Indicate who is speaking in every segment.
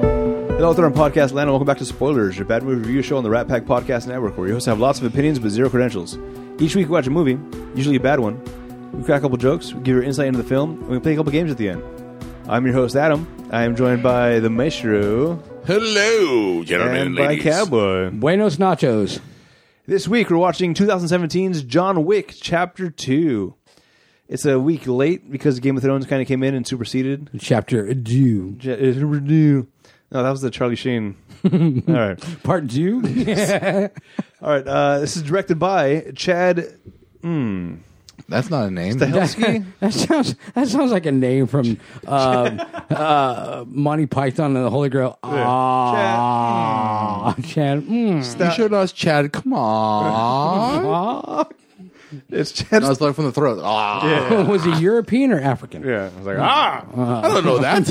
Speaker 1: Hello, Throne Podcast Land, and welcome back to Spoilers, your bad movie review show on the Rat Pack Podcast Network, where your hosts have lots of opinions but zero credentials. Each week we watch a movie, usually a bad one. We crack a couple jokes, we give your insight into the film, and we play a couple games at the end. I'm your host, Adam. I am joined by the Maestro
Speaker 2: Hello, gentlemen
Speaker 1: and
Speaker 2: and
Speaker 1: by
Speaker 2: ladies.
Speaker 1: Cowboy.
Speaker 3: Buenos nachos.
Speaker 1: This week we're watching 2017's John Wick Chapter 2. It's a week late because Game of Thrones kind of came in and superseded.
Speaker 3: Chapter due.
Speaker 1: Ja- No, that was the Charlie Sheen. All right.
Speaker 3: Part due?
Speaker 1: All right. Uh, this is directed by Chad
Speaker 4: That's not a name.
Speaker 1: Stahelski.
Speaker 3: that sounds that sounds like a name from um, uh, Monty Python and the Holy Grail. Ah, Chad. mm,
Speaker 4: you showed us Chad. Come on.
Speaker 3: ah.
Speaker 1: it's Chad.
Speaker 4: I was like from the throat. Ah.
Speaker 3: Was he European or African?
Speaker 1: yeah. I was like, ah.
Speaker 4: I don't know that.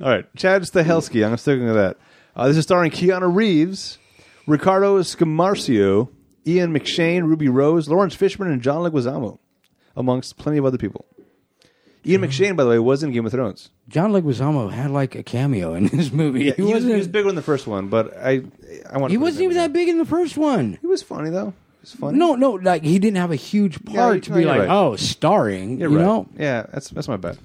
Speaker 1: All right. Chad Stahelski. I'm sticking with that. Uh, this is starring Keanu Reeves, Ricardo Scamarcio, Ian McShane, Ruby Rose, Lawrence Fishburne, and John Leguizamo, amongst plenty of other people. Ian
Speaker 3: Hmm.
Speaker 1: McShane, by the way, was in Game of Thrones.
Speaker 3: John Leguizamo had like a cameo in this movie.
Speaker 1: Yeah, he,
Speaker 3: he,
Speaker 1: was,
Speaker 3: wasn't.
Speaker 1: he was bigger in the first one, but I, I want.
Speaker 3: he wasn't even that big in the first one.
Speaker 1: He was funny though. He was funny.
Speaker 3: No, no, like he didn't have a huge
Speaker 1: Yeah,
Speaker 3: part to
Speaker 1: no,
Speaker 3: be
Speaker 1: you're
Speaker 3: like,
Speaker 1: right.
Speaker 3: oh, starring,
Speaker 1: You're
Speaker 3: you
Speaker 1: right.
Speaker 3: know,
Speaker 1: Yeah, that's that's my bad.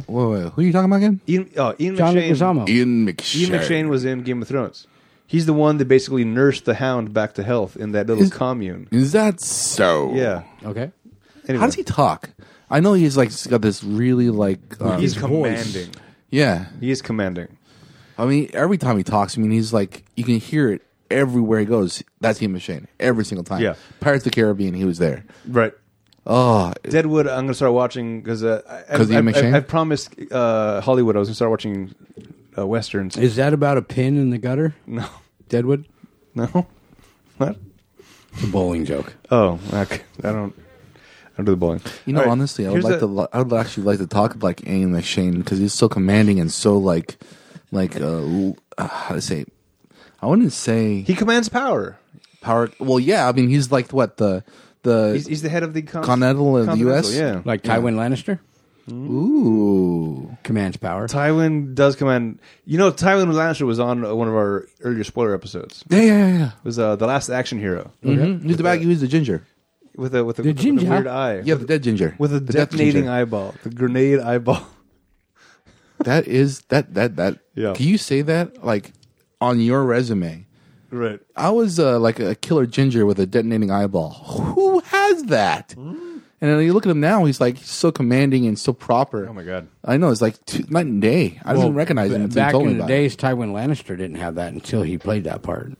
Speaker 4: Whoa, whoa, whoa. Who are you talking about again?
Speaker 1: Ian, oh, Ian
Speaker 3: John
Speaker 1: McShane.
Speaker 3: Leguizamo.
Speaker 4: Ian McShane.
Speaker 1: Ian McShane was in Game of Thrones. He's the one that basically nursed the Hound back to health in that little
Speaker 4: Is-
Speaker 1: commune.
Speaker 4: Is that so?
Speaker 1: Yeah.
Speaker 3: Okay.
Speaker 1: Anyway,
Speaker 4: How does he talk? I know he's like got this really like. Um,
Speaker 1: He's
Speaker 3: his voice?
Speaker 1: commanding.
Speaker 4: yeah.
Speaker 1: He is commanding.
Speaker 4: I mean, every time he talks, I mean, he's like you can hear it everywhere he goes. That's Ian McShane every single time.
Speaker 1: Yeah.
Speaker 4: Pirates of the Caribbean. He was there.
Speaker 1: Right.
Speaker 4: Oh,
Speaker 1: Deadwood. I'm gonna start watching because uh, I-
Speaker 4: 'Cause
Speaker 1: I,
Speaker 4: Ian
Speaker 1: I,
Speaker 4: McShane?
Speaker 1: I, I promised uh, Hollywood I was gonna start watching uh, westerns.
Speaker 3: Is that about a pin in the gutter?
Speaker 1: no,
Speaker 3: Deadwood?
Speaker 1: no, what?
Speaker 3: It's a bowling joke.
Speaker 1: Oh, okay. I don't. I don't do the bowling.
Speaker 4: You know,
Speaker 1: All right,
Speaker 4: honestly, I would
Speaker 1: here's
Speaker 4: like
Speaker 1: the-
Speaker 4: to. li- I would actually like to talk like Ian McShane because he's so commanding and so like, like uh, l- uh, how to say. I wouldn't say
Speaker 1: He commands power.
Speaker 4: power. Well, yeah, I mean, he's like what the the.
Speaker 1: He's, he's the head of the con-
Speaker 4: Continental of the
Speaker 1: Continental,
Speaker 4: US?
Speaker 1: Yeah.
Speaker 3: Like Tywin Lannister?
Speaker 4: ooh,
Speaker 3: Commands power.
Speaker 1: Tywin does command. You know, Tywin Lannister was on uh, one of our earlier spoiler episodes.
Speaker 4: yeah, yeah, yeah. yeah.
Speaker 1: It was uh, the last action hero
Speaker 4: Mhm. He's the bad. He was the ginger.
Speaker 1: with a with a, with a-
Speaker 3: The
Speaker 1: with a
Speaker 3: ginger.
Speaker 1: weird eye.
Speaker 4: Yeah, the dead ginger
Speaker 1: with a
Speaker 4: The death
Speaker 1: detonating
Speaker 4: ginger.
Speaker 1: eyeball, the grenade eyeball.
Speaker 4: That is that that that.
Speaker 1: Yeah.
Speaker 4: Can you say that like on your resume?
Speaker 1: right.
Speaker 4: I was uh, like a killer ginger with a detonating eyeball. Who has that?
Speaker 1: Hmm.
Speaker 4: And then you look at him now; he's like so commanding and so proper.
Speaker 1: Oh my God.
Speaker 4: I know it's like two, night and day. I didn't recognize him
Speaker 3: ba-
Speaker 4: until you
Speaker 3: Back
Speaker 4: told me
Speaker 3: in the
Speaker 4: about it.
Speaker 3: days, Tywin Lannister didn't have that until he played that part.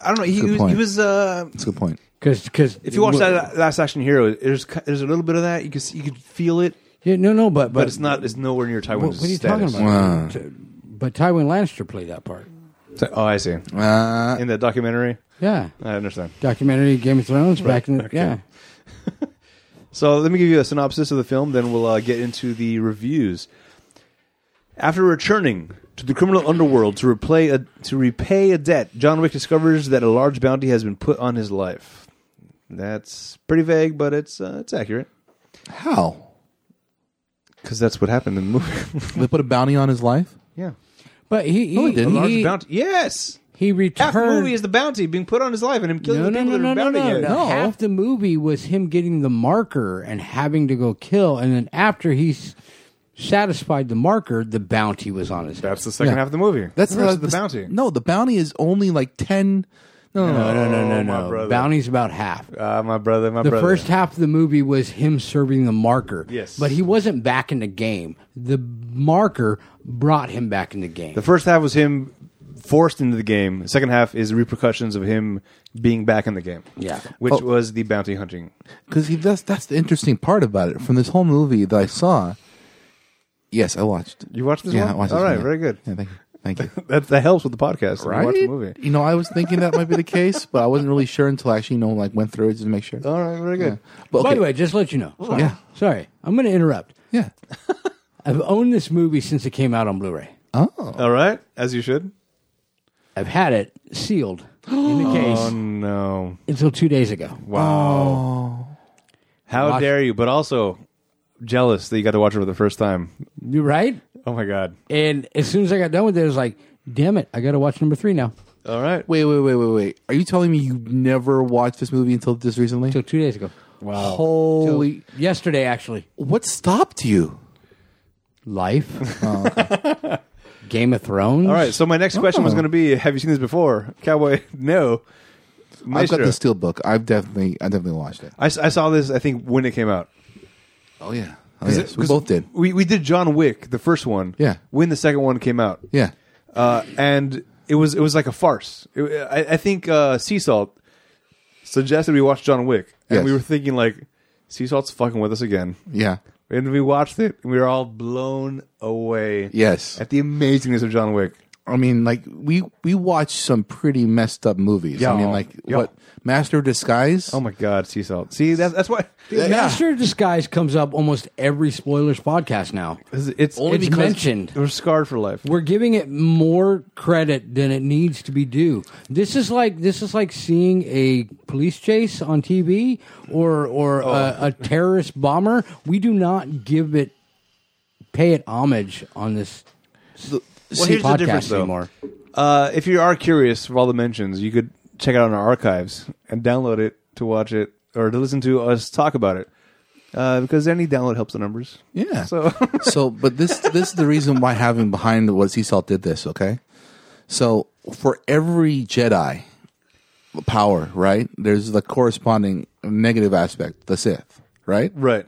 Speaker 1: I don't know. He,
Speaker 4: Good
Speaker 1: was, he
Speaker 4: point.
Speaker 1: was. Uh,
Speaker 4: That's a good point.
Speaker 3: Because
Speaker 1: if you watch that last action hero, there's ki- there's a little bit of that. You can see- you can feel it,
Speaker 3: yeah, no, no, but but,
Speaker 1: but it's not. It's nowhere near
Speaker 3: What,
Speaker 1: Tywin's
Speaker 3: what are you
Speaker 1: status.
Speaker 3: talking about? T- But Tywin Lannister played that part.
Speaker 1: So- oh, I see.
Speaker 4: Uh,
Speaker 1: In the documentary,
Speaker 3: Yeah,
Speaker 1: I understand.
Speaker 3: documentary Game of Thrones back in the, yeah.
Speaker 1: So let me give you a synopsis of the film, then we'll uh, get into the reviews. After returning to the criminal underworld to, replay a, to repay a debt, John Wick discovers that a large bounty has been put on his life. That's pretty vague, but it's uh, it's accurate
Speaker 4: how
Speaker 1: because that's what happened in the movie.
Speaker 4: they put a bounty on his life?
Speaker 1: yeah,
Speaker 3: But he he
Speaker 4: he didn't.
Speaker 1: large
Speaker 3: he,
Speaker 1: bounty. Yes,
Speaker 3: he
Speaker 1: half the
Speaker 3: returned.
Speaker 1: movie is the bounty being put on his life and him killing
Speaker 3: no,
Speaker 1: the
Speaker 3: no,
Speaker 1: people
Speaker 3: no, no,
Speaker 1: that
Speaker 3: no,
Speaker 1: are
Speaker 3: no,
Speaker 1: bounty
Speaker 3: no. Half the movie was him getting the marker and having to go kill, and then after he's satisfied the marker, the bounty was on his head.
Speaker 1: That's the second half of the movie.
Speaker 4: That's
Speaker 1: the, rest
Speaker 4: uh,
Speaker 1: of the
Speaker 4: this-
Speaker 1: bounty.
Speaker 4: No, the bounty is only like ten. No, no, no.
Speaker 3: No, no, no,
Speaker 1: Oh, my
Speaker 3: no, no.
Speaker 1: brother.
Speaker 3: Bounty's about half.
Speaker 1: Ah, my brother, my
Speaker 3: The
Speaker 1: brother.
Speaker 3: first half of the movie was him serving the marker.
Speaker 1: Yes.
Speaker 3: But he wasn't back in the game. The marker brought him back in the game.
Speaker 1: The first half was him forced into the game. The second half is the repercussions of him being back in the game.
Speaker 3: Yeah.
Speaker 1: Which
Speaker 4: Oh.
Speaker 1: was the bounty hunting.
Speaker 4: Because he that's that's the interesting part about it from this whole movie that I saw. Yes, I watched.
Speaker 1: You watched this
Speaker 4: yeah,
Speaker 1: one?
Speaker 4: I watched
Speaker 1: All
Speaker 4: this
Speaker 1: right,
Speaker 4: one, yeah.
Speaker 1: very good.
Speaker 4: Yeah, thank you. Thank you.
Speaker 1: That, that helps with the podcast. when you watch the
Speaker 4: Right?
Speaker 1: movie.
Speaker 4: You know, I was thinking that might be the case, but I wasn't really sure until I actually, you know, like went through it just to make sure.
Speaker 1: All right, very good.
Speaker 4: But okay.
Speaker 3: By the way, just to let you know. Sorry.
Speaker 4: Yeah.
Speaker 3: Sorry. I'm going to interrupt.
Speaker 4: yeah.
Speaker 3: I've owned this movie since it came out on Blu ray.
Speaker 4: Oh,
Speaker 1: All right, as you should.
Speaker 3: I've had it sealed in the case
Speaker 1: Oh no!
Speaker 3: until two days ago.
Speaker 1: Wow. How
Speaker 3: Watch-
Speaker 1: dare you? But also jealous that you got to watch it for the first time.
Speaker 3: You right?
Speaker 1: Oh my god!
Speaker 3: And as soon as I got done with it, I was like, damn it, I got to watch number three now.
Speaker 1: All right.
Speaker 4: Wait, wait, wait, wait, wait. Are you telling me you never watched this movie until just recently?
Speaker 3: Till two days ago. Till
Speaker 4: Holy!
Speaker 3: yesterday, actually.
Speaker 4: What stopped you?
Speaker 3: Life. Oh, Game of Thrones.
Speaker 1: All right. So my next question was
Speaker 4: Oh.
Speaker 1: going to be: Have you seen this before, Cowboy? No.
Speaker 4: I've got
Speaker 1: Maestro.
Speaker 4: the steel book. I've definitely, I definitely watched it.
Speaker 1: I, s- I saw this. I think when it came out.
Speaker 4: Oh yeah, oh,
Speaker 1: Is
Speaker 4: yes,
Speaker 1: it-
Speaker 4: we
Speaker 1: 'cause
Speaker 4: both did.
Speaker 1: We we did John Wick, the first one.
Speaker 4: Yeah.
Speaker 1: When the second one came out.
Speaker 4: Yeah,
Speaker 1: Uh, and it was it was like a farce. It- I, I think uh, Sea Salt suggested we watch John Wick, and
Speaker 4: Yes.
Speaker 1: we were thinking like, Sea Salt's fucking with us again.
Speaker 4: yeah,
Speaker 1: And we watched it, and we were all blown away.
Speaker 4: yes.
Speaker 1: At the amazingness of John Wick.
Speaker 4: I mean, like we we watched some pretty messed up movies.
Speaker 1: Yeah.
Speaker 4: I mean, like
Speaker 1: Yeah.
Speaker 4: what Master of Disguise?
Speaker 1: Oh my God, Sea Salt. See, that's that's why
Speaker 3: Master of Disguise comes up almost every spoilers podcast now.
Speaker 1: it's, it's
Speaker 3: Only
Speaker 1: it's
Speaker 3: because- mentioned.
Speaker 1: We're scarred for life.
Speaker 3: We're giving it more credit than it needs to be due. This is like this is like seeing a police chase on TV or or
Speaker 1: Oh.
Speaker 3: a, a terrorist bomber. We do not give it pay it homage on this
Speaker 1: Well,
Speaker 3: See
Speaker 1: here's the
Speaker 3: podcast
Speaker 1: difference, though.
Speaker 3: anymore.
Speaker 1: Uh, if you are curious of all the mentions, you could check out on our archives and download it to watch it or to listen to us talk about it. Uh, because any download helps the numbers.
Speaker 4: Yeah.
Speaker 1: So
Speaker 4: so but this this is the reason why having behind what Seasalt did this, okay? So for every Jedi power, right? There's the corresponding negative aspect, the Sith, right?
Speaker 1: right,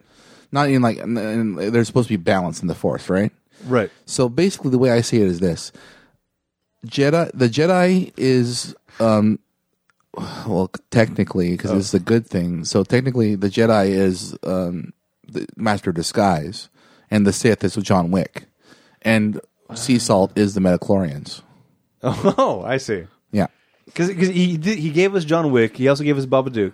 Speaker 4: Not in like and- and there's supposed to be balance in the Force, right?
Speaker 1: right,
Speaker 4: So basically, the way I see it is this: Jedi, the Jedi is, um, well, technically, because it's the good thing. So technically, the Jedi is um, the master of disguise, and the Sith is John Wick, and Sea Salt is the Metachlorians.
Speaker 1: oh, I see.
Speaker 4: Yeah,
Speaker 1: Because he did, he gave us John Wick. He also gave us Babadook,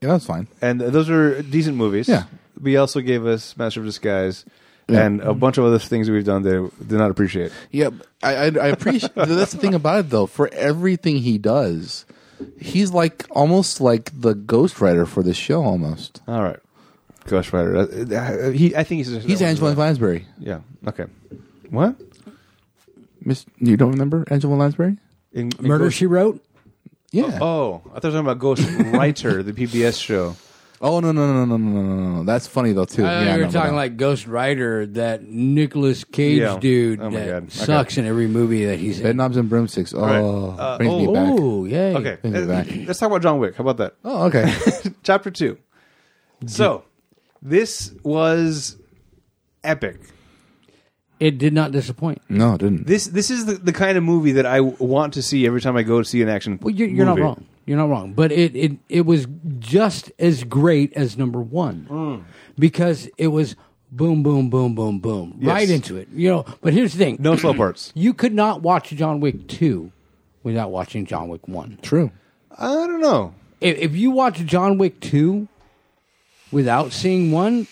Speaker 4: yeah, that's fine.
Speaker 1: and those are decent movies.
Speaker 4: Yeah.
Speaker 1: But he also gave us Master of Disguise and a bunch of other things that we've done that I did not appreciate.
Speaker 4: Yeah, I I, I appreciate. that's the thing about it, though. For everything he does, he's like almost like the ghostwriter for the show. Almost,
Speaker 1: All right, Ghost Rider. Uh, uh, he, I think he's
Speaker 4: he's Angela Lansbury.
Speaker 1: Yeah. Okay. What?
Speaker 4: Miss, you don't remember Angela Lansbury?
Speaker 1: In, in
Speaker 3: Murder
Speaker 1: Ghost-
Speaker 3: She Wrote.
Speaker 4: Yeah. Oh,
Speaker 1: Oh, I thought you were talking about Ghost Writer, the PBS show.
Speaker 4: oh, no no no no no no no no no. That's funny though too.
Speaker 3: I thought
Speaker 4: yeah, I
Speaker 3: you were
Speaker 4: know
Speaker 3: talking
Speaker 4: that.
Speaker 3: like Ghost Rider, that Nicolas Cage
Speaker 1: Yeah.
Speaker 3: dude
Speaker 1: Oh my
Speaker 3: that
Speaker 1: God. Okay.
Speaker 3: sucks in every movie that he's in.
Speaker 4: bedknobs and broomsticks. Oh,
Speaker 1: right. Uh,
Speaker 4: brings
Speaker 1: oh.
Speaker 4: me back.
Speaker 3: Oh, yay.
Speaker 1: Okay,
Speaker 4: Bring it
Speaker 1: uh,
Speaker 4: back.
Speaker 1: let's talk about John Wick. How about that?
Speaker 4: Oh, okay.
Speaker 1: Chapter two. So, this was epic.
Speaker 3: It did not disappoint.
Speaker 4: no, it didn't.
Speaker 1: This this is the, the kind of movie that I w- want to see every time I go see an action.
Speaker 3: Well, you're, you're not
Speaker 1: movie.
Speaker 3: wrong. You're not wrong. But it, it, it was just as great as number one
Speaker 1: Mm.
Speaker 3: because it was boom, boom, boom, boom, boom, right into it. You know. But here's the thing:
Speaker 1: No slow parts.
Speaker 3: you could not watch John Wick two without watching John Wick one.
Speaker 4: True.
Speaker 1: I don't know.
Speaker 3: If, if you watch John Wick two without seeing one,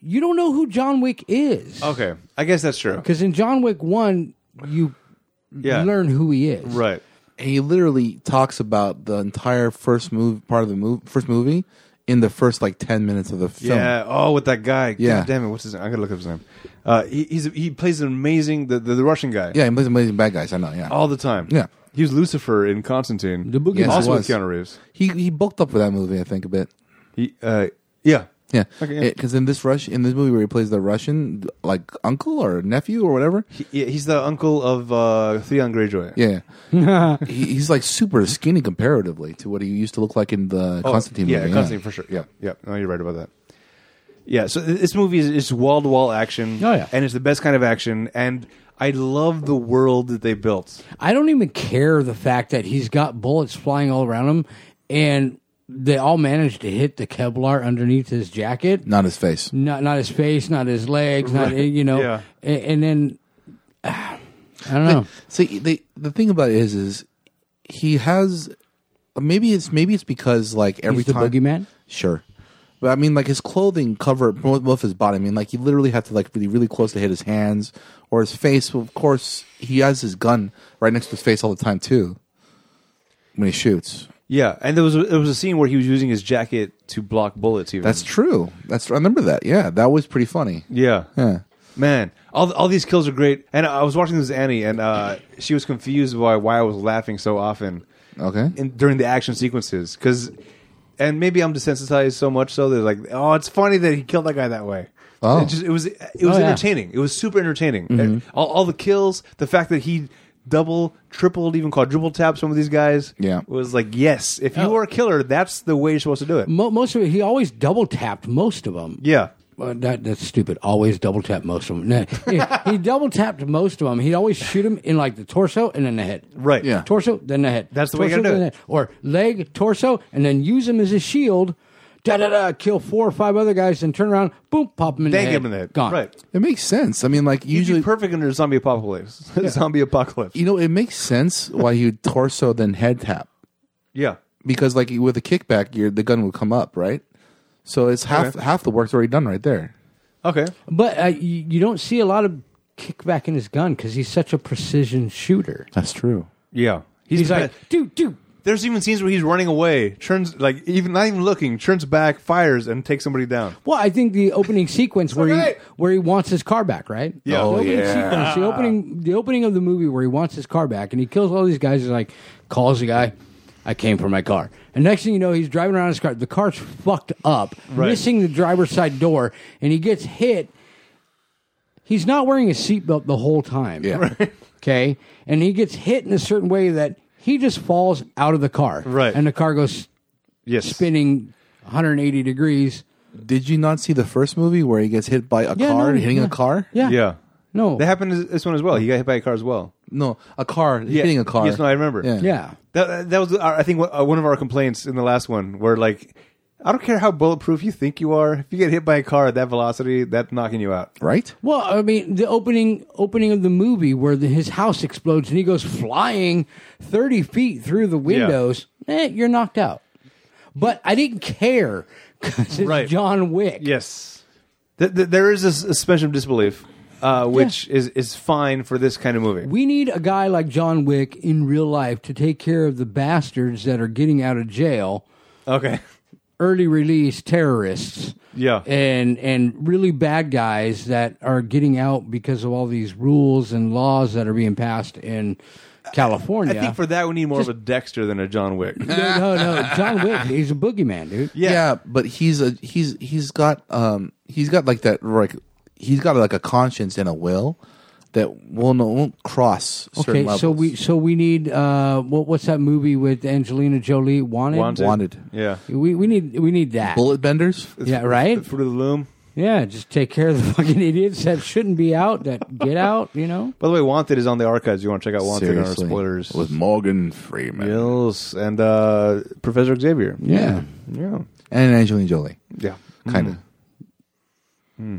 Speaker 3: you don't know who John Wick is.
Speaker 1: Okay, I guess that's true.
Speaker 3: Because in John Wick one, you
Speaker 1: Yeah,
Speaker 3: learn who he is.
Speaker 1: right.
Speaker 4: And he literally talks about the entire first move part of the move first movie in the first like ten minutes of the film.
Speaker 1: Yeah. Oh, with that guy.
Speaker 4: Yeah.
Speaker 1: God damn it. What's his name? I gotta look up his name. Uh, he, he's he plays an amazing the, the the Russian guy.
Speaker 4: Yeah, he plays amazing bad guys. I know. Yeah.
Speaker 1: All the time.
Speaker 4: Yeah.
Speaker 1: He was Lucifer in Constantine.
Speaker 3: The boogeyman. Yes, he
Speaker 1: Also with
Speaker 4: was.
Speaker 1: Keanu Reeves.
Speaker 4: He he bulked up for that movie. I think a bit.
Speaker 1: He, uh, yeah.
Speaker 4: Yeah.
Speaker 1: Okay, yeah.
Speaker 4: Because in this rush in this movie where he plays the Russian like uncle or nephew or whatever.
Speaker 1: He, yeah, he's the uncle of uh, Theon Greyjoy.
Speaker 4: Yeah, he, he's like super skinny comparatively to what he used to look like in the
Speaker 1: Oh,
Speaker 4: Constantine
Speaker 1: Yeah,
Speaker 4: movie.
Speaker 1: Constantine for sure. Yeah, yeah. No, you're right about that. Yeah, so th- this movie is it's wall to wall action.
Speaker 3: Oh, yeah.
Speaker 1: and it's the best kind of action. And I love the world that they built.
Speaker 3: I don't even care the fact that he's got bullets flying all around him, and they all managed to hit the Kevlar underneath his jacket.
Speaker 4: not his face.
Speaker 3: Not not his face, not his legs, not you know.
Speaker 1: Yeah.
Speaker 3: A- And, then I don't know.
Speaker 4: See, they, the thing about it is, is he has maybe it's maybe it's because like every
Speaker 3: He's the
Speaker 4: time
Speaker 3: boogeyman?
Speaker 4: Sure, but I mean, like his clothing covered mo- most of his body. I mean, like he literally had to like be really close to hit his hands or his face. Of course, he has his gun right next to his face all the time too when he shoots.
Speaker 1: Yeah, and there was a, there was a scene where he was using his jacket to block bullets. Even
Speaker 4: That's true. That's I remember that. Yeah, that was pretty funny.
Speaker 1: yeah.
Speaker 4: Yeah.
Speaker 1: Man, all all these kills are great. And I was watching this with Annie, and uh, she was confused by why I was laughing so often
Speaker 4: Okay.
Speaker 1: in, during the action sequences. Because, and maybe I'm desensitized so much so that like, oh, it's funny that he killed that guy that way.
Speaker 4: Oh.
Speaker 1: It, just, it was it was
Speaker 3: Oh, yeah. Mm-hmm.
Speaker 1: entertaining. It was super entertaining. And all, all the kills, the fact that he double, tripled, even quadruple tapped some of these guys.
Speaker 4: Yeah.
Speaker 1: was like yes, if
Speaker 3: Oh.
Speaker 1: you are a killer, that's the way you're supposed to do it.
Speaker 3: Mo- most of it, he always double tapped most of them.
Speaker 1: Yeah.
Speaker 3: Uh, that, that's stupid. Always double tap most of them. No, he, he double tapped most of them. He'd always shoot him in like the torso and then the head.
Speaker 1: Right.
Speaker 4: Yeah.
Speaker 3: Torso, then the head.
Speaker 1: That's the way
Speaker 3: torso,
Speaker 1: you gotta do
Speaker 3: then
Speaker 1: it.
Speaker 3: the head. Or leg, torso, and then use him as a shield. Da da da. Kill four or five other guys, then turn around, boom, pop him in
Speaker 1: Dang
Speaker 3: the head.
Speaker 1: him in the head.
Speaker 3: Gone.
Speaker 1: Right.
Speaker 4: It makes sense. I mean, like
Speaker 1: Usually
Speaker 4: usually,
Speaker 1: perfect under zombie apocalypse. zombie apocalypse.
Speaker 4: you know, it makes sense why you torso then head tap
Speaker 1: Yeah.
Speaker 4: because like with a kickback, your the gun would come up, right? So it's half half the work's already done right there.
Speaker 1: Okay.
Speaker 3: But uh, you, you don't see a lot of kickback in his gun because he's such a precision shooter.
Speaker 4: That's true.
Speaker 1: Yeah.
Speaker 3: He's like, dude, dude.
Speaker 1: there's even scenes where he's running away, turns like even not even looking, turns back, fires, and takes somebody down.
Speaker 3: Well, I think the opening sequence where
Speaker 1: okay.
Speaker 3: he where he wants his car back, right?
Speaker 1: Yeah. Oh,
Speaker 3: the opening
Speaker 4: yeah.
Speaker 3: Sequence, the opening the opening of the movie where he wants his car back and he kills all these guys. He's like calls the guy, I came for my car. And next thing you know, he's driving around his car. The car's fucked up,
Speaker 1: Right.
Speaker 3: missing the driver's side door, and he gets hit. He's not wearing a seatbelt the whole time.
Speaker 4: Yeah.
Speaker 3: Okay. And he gets hit in a certain way that he just falls out of the car.
Speaker 1: Right.
Speaker 3: And the car goes
Speaker 1: Yes.
Speaker 3: spinning 180 degrees.
Speaker 4: Did you not see the first movie where he gets hit by a
Speaker 3: Yeah,
Speaker 4: car,
Speaker 3: no,
Speaker 4: hitting
Speaker 3: yeah.
Speaker 4: a car?
Speaker 3: Yeah.
Speaker 1: Yeah.
Speaker 3: No.
Speaker 1: That happened in this one as well. He got hit by a car as well.
Speaker 4: No, a car hitting a car.
Speaker 1: Yes, no, I remember.
Speaker 4: Yeah.
Speaker 3: yeah.
Speaker 1: That, that was, our, I think, one- uh, one of our complaints in the last one, where like, I don't care how bulletproof you think you are, if you get hit by a car at that velocity, that's knocking you out.
Speaker 4: Right?
Speaker 3: Well, I mean, the opening opening of the movie where the, his house explodes and he goes flying thirty feet through the windows. Eh, you're knocked out. But I didn't care because it's
Speaker 1: Right.
Speaker 3: John Wick.
Speaker 1: Yes, th- th- there is a s- a suspension of disbelief, uh, which is is fine for this kind of movie.
Speaker 3: We need a guy like John Wick in real life to take care of the bastards that are getting out of jail,
Speaker 1: okay.
Speaker 3: early release terrorists.
Speaker 1: Yeah.
Speaker 3: and and really bad guys that are getting out because of all these rules and laws that are being passed in California.
Speaker 1: I think for that we need more of a Dexter than a John Wick.
Speaker 3: no, no, no, John Wick, he's a boogeyman, dude.
Speaker 1: Yeah.
Speaker 4: but he's a he's he's got um he's got like that like he's got like a conscience and a will that will not won't cross certain
Speaker 3: Okay,
Speaker 4: levels.
Speaker 3: so we so we need uh, what, what's that movie with Angelina Jolie? Wanted.
Speaker 1: Wanted.
Speaker 4: Wanted.
Speaker 1: Yeah.
Speaker 3: We we need we need that.
Speaker 4: bullet benders.
Speaker 3: Yeah, right.
Speaker 1: Fruit of the Loom.
Speaker 3: Yeah, just take care of the fucking idiots that shouldn't be out. That get out, you know.
Speaker 1: By the way, Wanted is on the archives. You want to check out Wanted on our
Speaker 4: Seriously.
Speaker 1: spoilers.
Speaker 4: with Morgan Freeman
Speaker 1: Mills and uh, Professor Xavier.
Speaker 3: Yeah,
Speaker 1: Yeah.
Speaker 4: and Angelina Jolie,
Speaker 1: Yeah.
Speaker 4: kind of.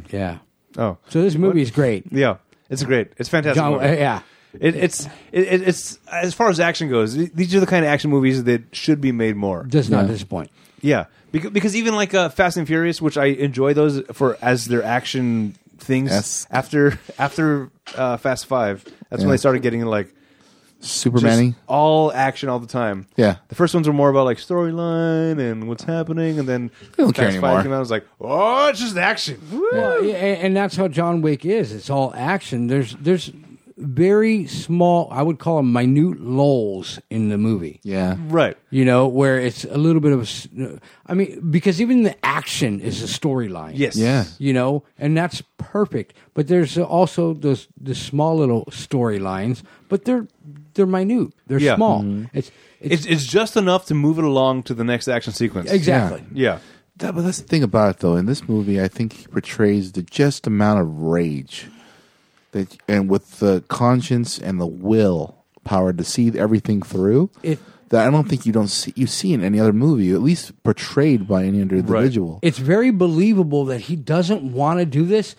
Speaker 3: yeah.
Speaker 1: Oh.
Speaker 3: So this movie is great.
Speaker 1: Yeah. It's great. It's fantastic.
Speaker 3: John,
Speaker 1: movie.
Speaker 3: uh, yeah.
Speaker 1: It, it's it, it- it's as far as action goes. th- These are the kind of action movies that should be made more.
Speaker 3: Does not
Speaker 4: Yeah.
Speaker 3: disappoint.
Speaker 1: Yeah, because, because even like uh, Fast and Furious, which I enjoy those for as their action things.
Speaker 4: Yes.
Speaker 1: After after uh, Fast Five, that's when
Speaker 4: Yeah.
Speaker 1: they started getting like just
Speaker 4: Superman.
Speaker 1: all action all the time.
Speaker 4: Yeah.
Speaker 1: the first ones were more about like storyline and what's happening, and then
Speaker 4: don't care
Speaker 1: Fast
Speaker 4: anymore.
Speaker 1: Five came out. I was like, oh, it's just action. Woo!
Speaker 3: Well, yeah, and, and that's how John Wick is. It's all action. There's there's very small. I would call them minute lulls in the movie.
Speaker 4: Yeah,
Speaker 1: Right.
Speaker 3: You know, where it's a little bit of, a s- I mean, because even the action is a storyline.
Speaker 1: Yes.
Speaker 4: Yeah.
Speaker 3: You know, and that's perfect. But there's also those the small little storylines, but they're they're minute. They're
Speaker 1: Yeah.
Speaker 3: small.
Speaker 4: Mm-hmm.
Speaker 3: It's, it's
Speaker 1: It's it's just enough to move it along to the next action sequence.
Speaker 3: exactly.
Speaker 1: Yeah.
Speaker 4: That- but that's the thing about it, though. In this movie, I think he portrays the just amount of rage that, and with the conscience and the will power to see everything through.
Speaker 3: It-
Speaker 4: that I don't think you don't see you see in any other movie, at least portrayed by any other individual.
Speaker 3: It's very believable that he doesn't want to do this,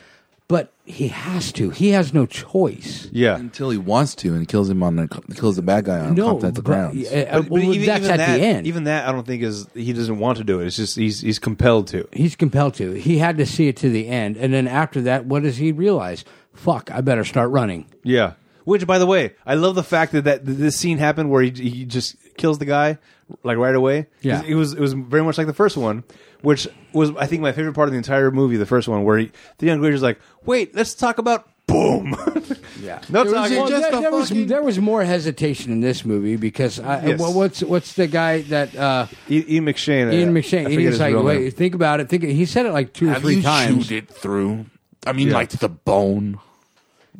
Speaker 3: but he has to. He has no choice.
Speaker 1: Yeah.
Speaker 4: Until he wants to and kills him on the, kills the bad guy on
Speaker 3: No,
Speaker 4: continental
Speaker 3: but-
Speaker 4: grounds.
Speaker 3: uh, uh, well, that's at
Speaker 1: that,
Speaker 3: the end.
Speaker 1: Even that, I don't think is he doesn't want to do it. It's just he's he's compelled to.
Speaker 3: He's compelled to. He had to see it to the end, and then after that, what does he realize? Fuck! I better start running.
Speaker 1: Yeah. Which, by the way, I love the fact that, that this scene happened where he, he just kills the guy like right away.
Speaker 3: Yeah.
Speaker 1: it was it was very much like the first one, which was I think my favorite part of the entire movie. The first one where he, the young Granger's like, "Wait, let's talk about boom." yeah, no
Speaker 4: There was
Speaker 1: talking.
Speaker 4: a-
Speaker 3: Well,
Speaker 4: just
Speaker 3: there,
Speaker 4: a
Speaker 3: there
Speaker 4: fucking-
Speaker 3: was, there was more hesitation in this movie because I,
Speaker 1: Yes.
Speaker 3: wha- what's what's the guy that uh,
Speaker 1: I- E, Ian McShane.
Speaker 3: Ian
Speaker 1: uh, I
Speaker 3: McShane?
Speaker 1: forget
Speaker 3: He's
Speaker 1: his
Speaker 3: like,
Speaker 1: real
Speaker 3: wait,
Speaker 1: name.
Speaker 3: think about it. Think he said it like two or
Speaker 4: Have
Speaker 3: three
Speaker 4: you
Speaker 3: times,
Speaker 4: chewed
Speaker 2: it through. I mean,
Speaker 1: Yeah.
Speaker 2: like
Speaker 4: the bone.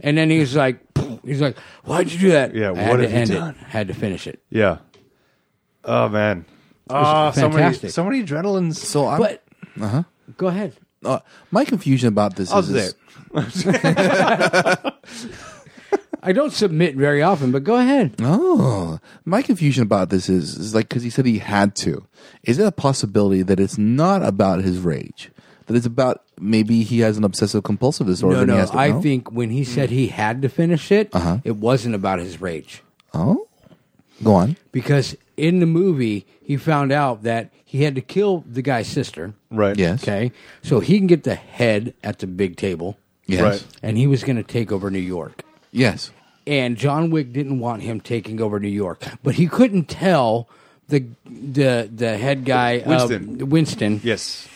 Speaker 3: and then he's like, he's like, why'd you do that?
Speaker 1: Yeah,
Speaker 3: I
Speaker 1: what
Speaker 3: had to
Speaker 1: have you
Speaker 3: end
Speaker 1: done?
Speaker 3: it. Had to finish it.
Speaker 1: Yeah. Oh man.
Speaker 3: Uh,
Speaker 1: Ah, so many,
Speaker 3: fantastic.
Speaker 1: so many adrenalines.
Speaker 4: So I'm.
Speaker 3: But
Speaker 1: Uh-huh.
Speaker 3: go ahead.
Speaker 4: uh, my confusion about this
Speaker 1: I
Speaker 4: is
Speaker 1: was there.
Speaker 4: is
Speaker 3: I don't submit very often, but go ahead.
Speaker 4: Oh, my confusion about this is is like because he said he had to. Is it a possibility that it's not about his rage? That it's about maybe he has an obsessive compulsive disorder.
Speaker 3: No,
Speaker 4: and
Speaker 3: no.
Speaker 4: he has to
Speaker 3: I
Speaker 4: know?
Speaker 3: think when he said he had to finish it,
Speaker 1: Uh-huh.
Speaker 3: it wasn't about his rage.
Speaker 4: Oh, go on.
Speaker 3: Because in the movie, he found out that he had to kill the guy's sister.
Speaker 1: Right.
Speaker 4: Yes.
Speaker 3: Okay. So he can get the head at the big table,
Speaker 4: Yes.
Speaker 1: Right.
Speaker 3: and he was going to take over New York.
Speaker 4: Yes.
Speaker 3: And John Wick didn't want him taking over New York, but he couldn't tell the the the head guy uh,
Speaker 1: Winston.
Speaker 3: Winston
Speaker 1: Yes.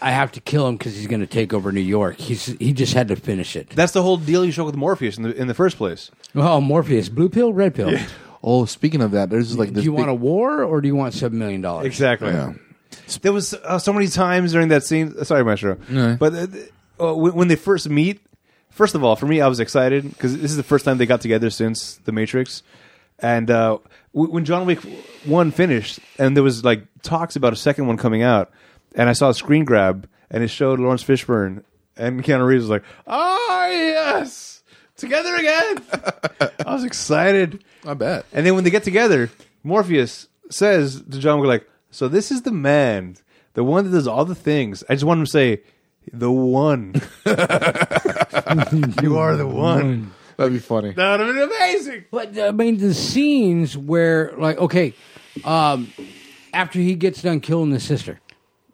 Speaker 3: I have to kill him because he's going to take over New York. He's he just had to finish it.
Speaker 1: That's the whole deal you show with Morpheus in the in the first place.
Speaker 3: Oh, Morpheus, blue pill, red pill.
Speaker 4: Oh, speaking of that, there's like
Speaker 3: Do
Speaker 4: this.
Speaker 3: you
Speaker 4: big-
Speaker 3: want a war or do you want seven million dollars?
Speaker 1: Exactly.
Speaker 4: Yeah.
Speaker 1: There was uh, so many times during that scene. uh, Sorry, Maestro. But uh, th- uh, when, when they first meet, first of all, for me, I was excited because this is the first time they got together since The Matrix. And uh, w- when John Wick one finished, and there was like talks about a second one coming out, and I saw a screen grab, and it showed Lawrence Fishburne and Keanu Reeves was like, "Ah, yes, together again." I was excited.
Speaker 4: I bet.
Speaker 1: And then when they get together, Morpheus says to John Wick, like, so this is the man, the one that does all the things. I just want him to say, the one. you are the one.
Speaker 4: That'd be funny.
Speaker 1: That would have been amazing.
Speaker 3: But I mean, the scenes where like okay, um, after he gets done killing the sister,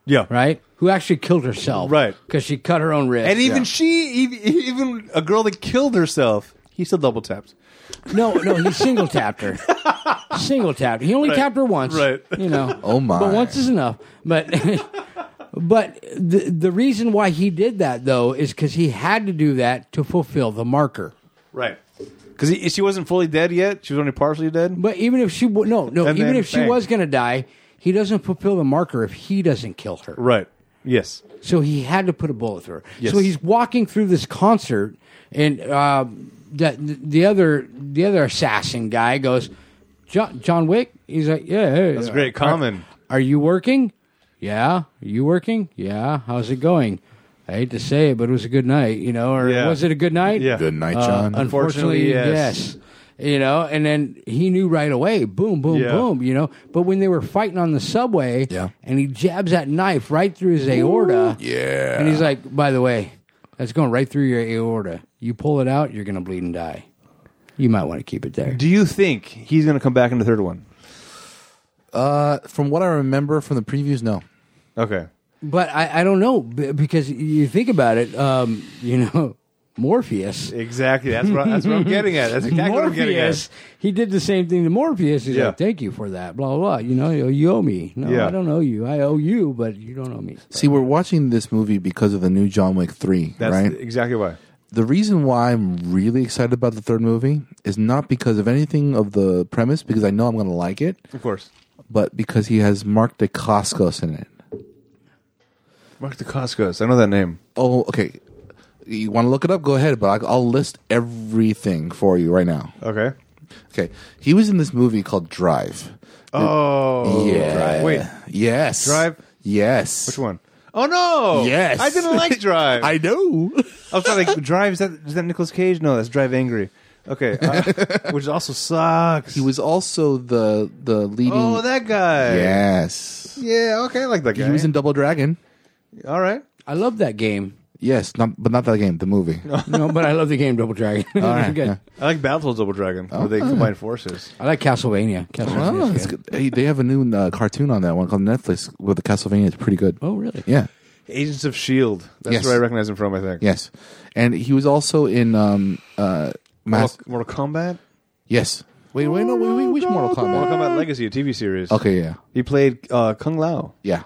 Speaker 1: Yeah.
Speaker 3: right? Who actually killed herself,
Speaker 1: Right.
Speaker 3: Because she cut her own wrist.
Speaker 1: And even she, even, even a girl that killed herself, he still double tapped.
Speaker 3: no, no, he single tapped her. single tapped. He only tapped her once.
Speaker 1: Right.
Speaker 3: You know.
Speaker 4: Oh, my.
Speaker 3: But once is enough. But but the the reason why he did that though is because he had to do that to fulfill the marker.
Speaker 1: Right. Because she wasn't fully dead yet. She was only partially dead.
Speaker 3: But even if she w- no no
Speaker 1: And
Speaker 3: even
Speaker 1: then
Speaker 3: if she
Speaker 1: bang.
Speaker 3: was gonna die, he doesn't fulfill the marker if he doesn't kill her.
Speaker 1: Right. Yes.
Speaker 3: So he had to put a bullet through her.
Speaker 1: Yes.
Speaker 3: So he's walking through this concert, and uh, that the other the other assassin guy goes, John, John Wick. He's like, yeah, hey,
Speaker 1: That's great. Common.
Speaker 3: Are you working? Yeah. Are you working? Yeah. How's it going? I hate to say it, but it was a good night, you know, or
Speaker 1: Yeah.
Speaker 3: was it a good night?
Speaker 1: Yeah.
Speaker 4: Good night,
Speaker 3: Uh,
Speaker 4: John.
Speaker 1: Unfortunately,
Speaker 3: unfortunately,
Speaker 1: yes.
Speaker 3: yes. You know, and then he knew right away. Boom, boom,
Speaker 1: Yeah.
Speaker 3: boom. You know, but when they were fighting on the subway,
Speaker 4: Yeah.
Speaker 3: and he jabs that knife right through his aorta.
Speaker 4: yeah.
Speaker 3: And he's like, by the way, that's going right through your aorta. You pull it out, you're going to bleed and die. You might want to keep it there.
Speaker 1: Do you think he's going to come back in the third one?
Speaker 4: uh, from what I remember from the previews, no.
Speaker 1: Okay.
Speaker 3: But I, I don't know b- because you think about it, um, you know, Morpheus.
Speaker 1: Exactly. That's what, that's what I'm getting at. That's exactly what I'm getting at.
Speaker 3: Morpheus, he did the same thing to Morpheus. He's
Speaker 1: Yeah.
Speaker 3: like, thank you for that, blah, blah, blah. You know, you- you owe me. No,
Speaker 1: Yeah.
Speaker 3: I don't owe you. I owe you, but you don't owe me.
Speaker 4: See, we're watching this movie because of the new John Wick 3,
Speaker 1: That's
Speaker 4: right?
Speaker 1: exactly why.
Speaker 4: the reason why I'm really excited about the third movie is not because of anything of the premise, because I know I'm going to like it,
Speaker 1: Of course.
Speaker 4: but because he has Mark DeCoscos in it.
Speaker 1: Mark the Costco's. I know that name.
Speaker 4: Oh, okay. You want to look it up? Go ahead, but I- I'll list everything for you right now.
Speaker 1: Okay.
Speaker 4: Okay. He was in this movie called Drive.
Speaker 1: Oh.
Speaker 4: Yeah.
Speaker 1: Wait.
Speaker 4: Yes.
Speaker 1: Drive?
Speaker 4: Yes.
Speaker 1: Which one? Oh no!
Speaker 4: Yes.
Speaker 1: I didn't like Drive. I,
Speaker 4: I know.
Speaker 1: was trying to like, Drive. Is that is that Nicolas Cage? No, that's Drive Angry. Okay, uh, which also sucks.
Speaker 4: He was also the the leading.
Speaker 1: Oh, that guy.
Speaker 4: Yes.
Speaker 1: Yeah. Okay, I like that guy.
Speaker 4: He was in Double Dragon.
Speaker 1: All right.
Speaker 3: I love that game.
Speaker 4: Yes, not but not that game. The movie.
Speaker 3: no, but I love the game Double Dragon.
Speaker 4: All right,
Speaker 3: Good.
Speaker 4: yeah.
Speaker 1: I like Battlefield Double Dragon, where they combine forces.
Speaker 3: I like Castlevania. Castlevania.
Speaker 4: Oh,
Speaker 3: good.
Speaker 4: it's good. Hey, they have a new uh, cartoon on that one called Netflix with the Castlevania. It's pretty good.
Speaker 3: oh, really?
Speaker 4: Yeah.
Speaker 1: Agents of Shield. E That's
Speaker 4: Yes.
Speaker 1: where I recognize him from. I think.
Speaker 4: Yes. And he was also in um, uh, Mas-
Speaker 1: Mortal, Mortal Kombat.
Speaker 4: yes. Wait, wait, no, wait, wait, which Mortal Kombat?
Speaker 1: Mortal Kombat Legacy, a TV series.
Speaker 4: Okay, yeah,
Speaker 1: He played uh, Kung Lao.
Speaker 4: yeah.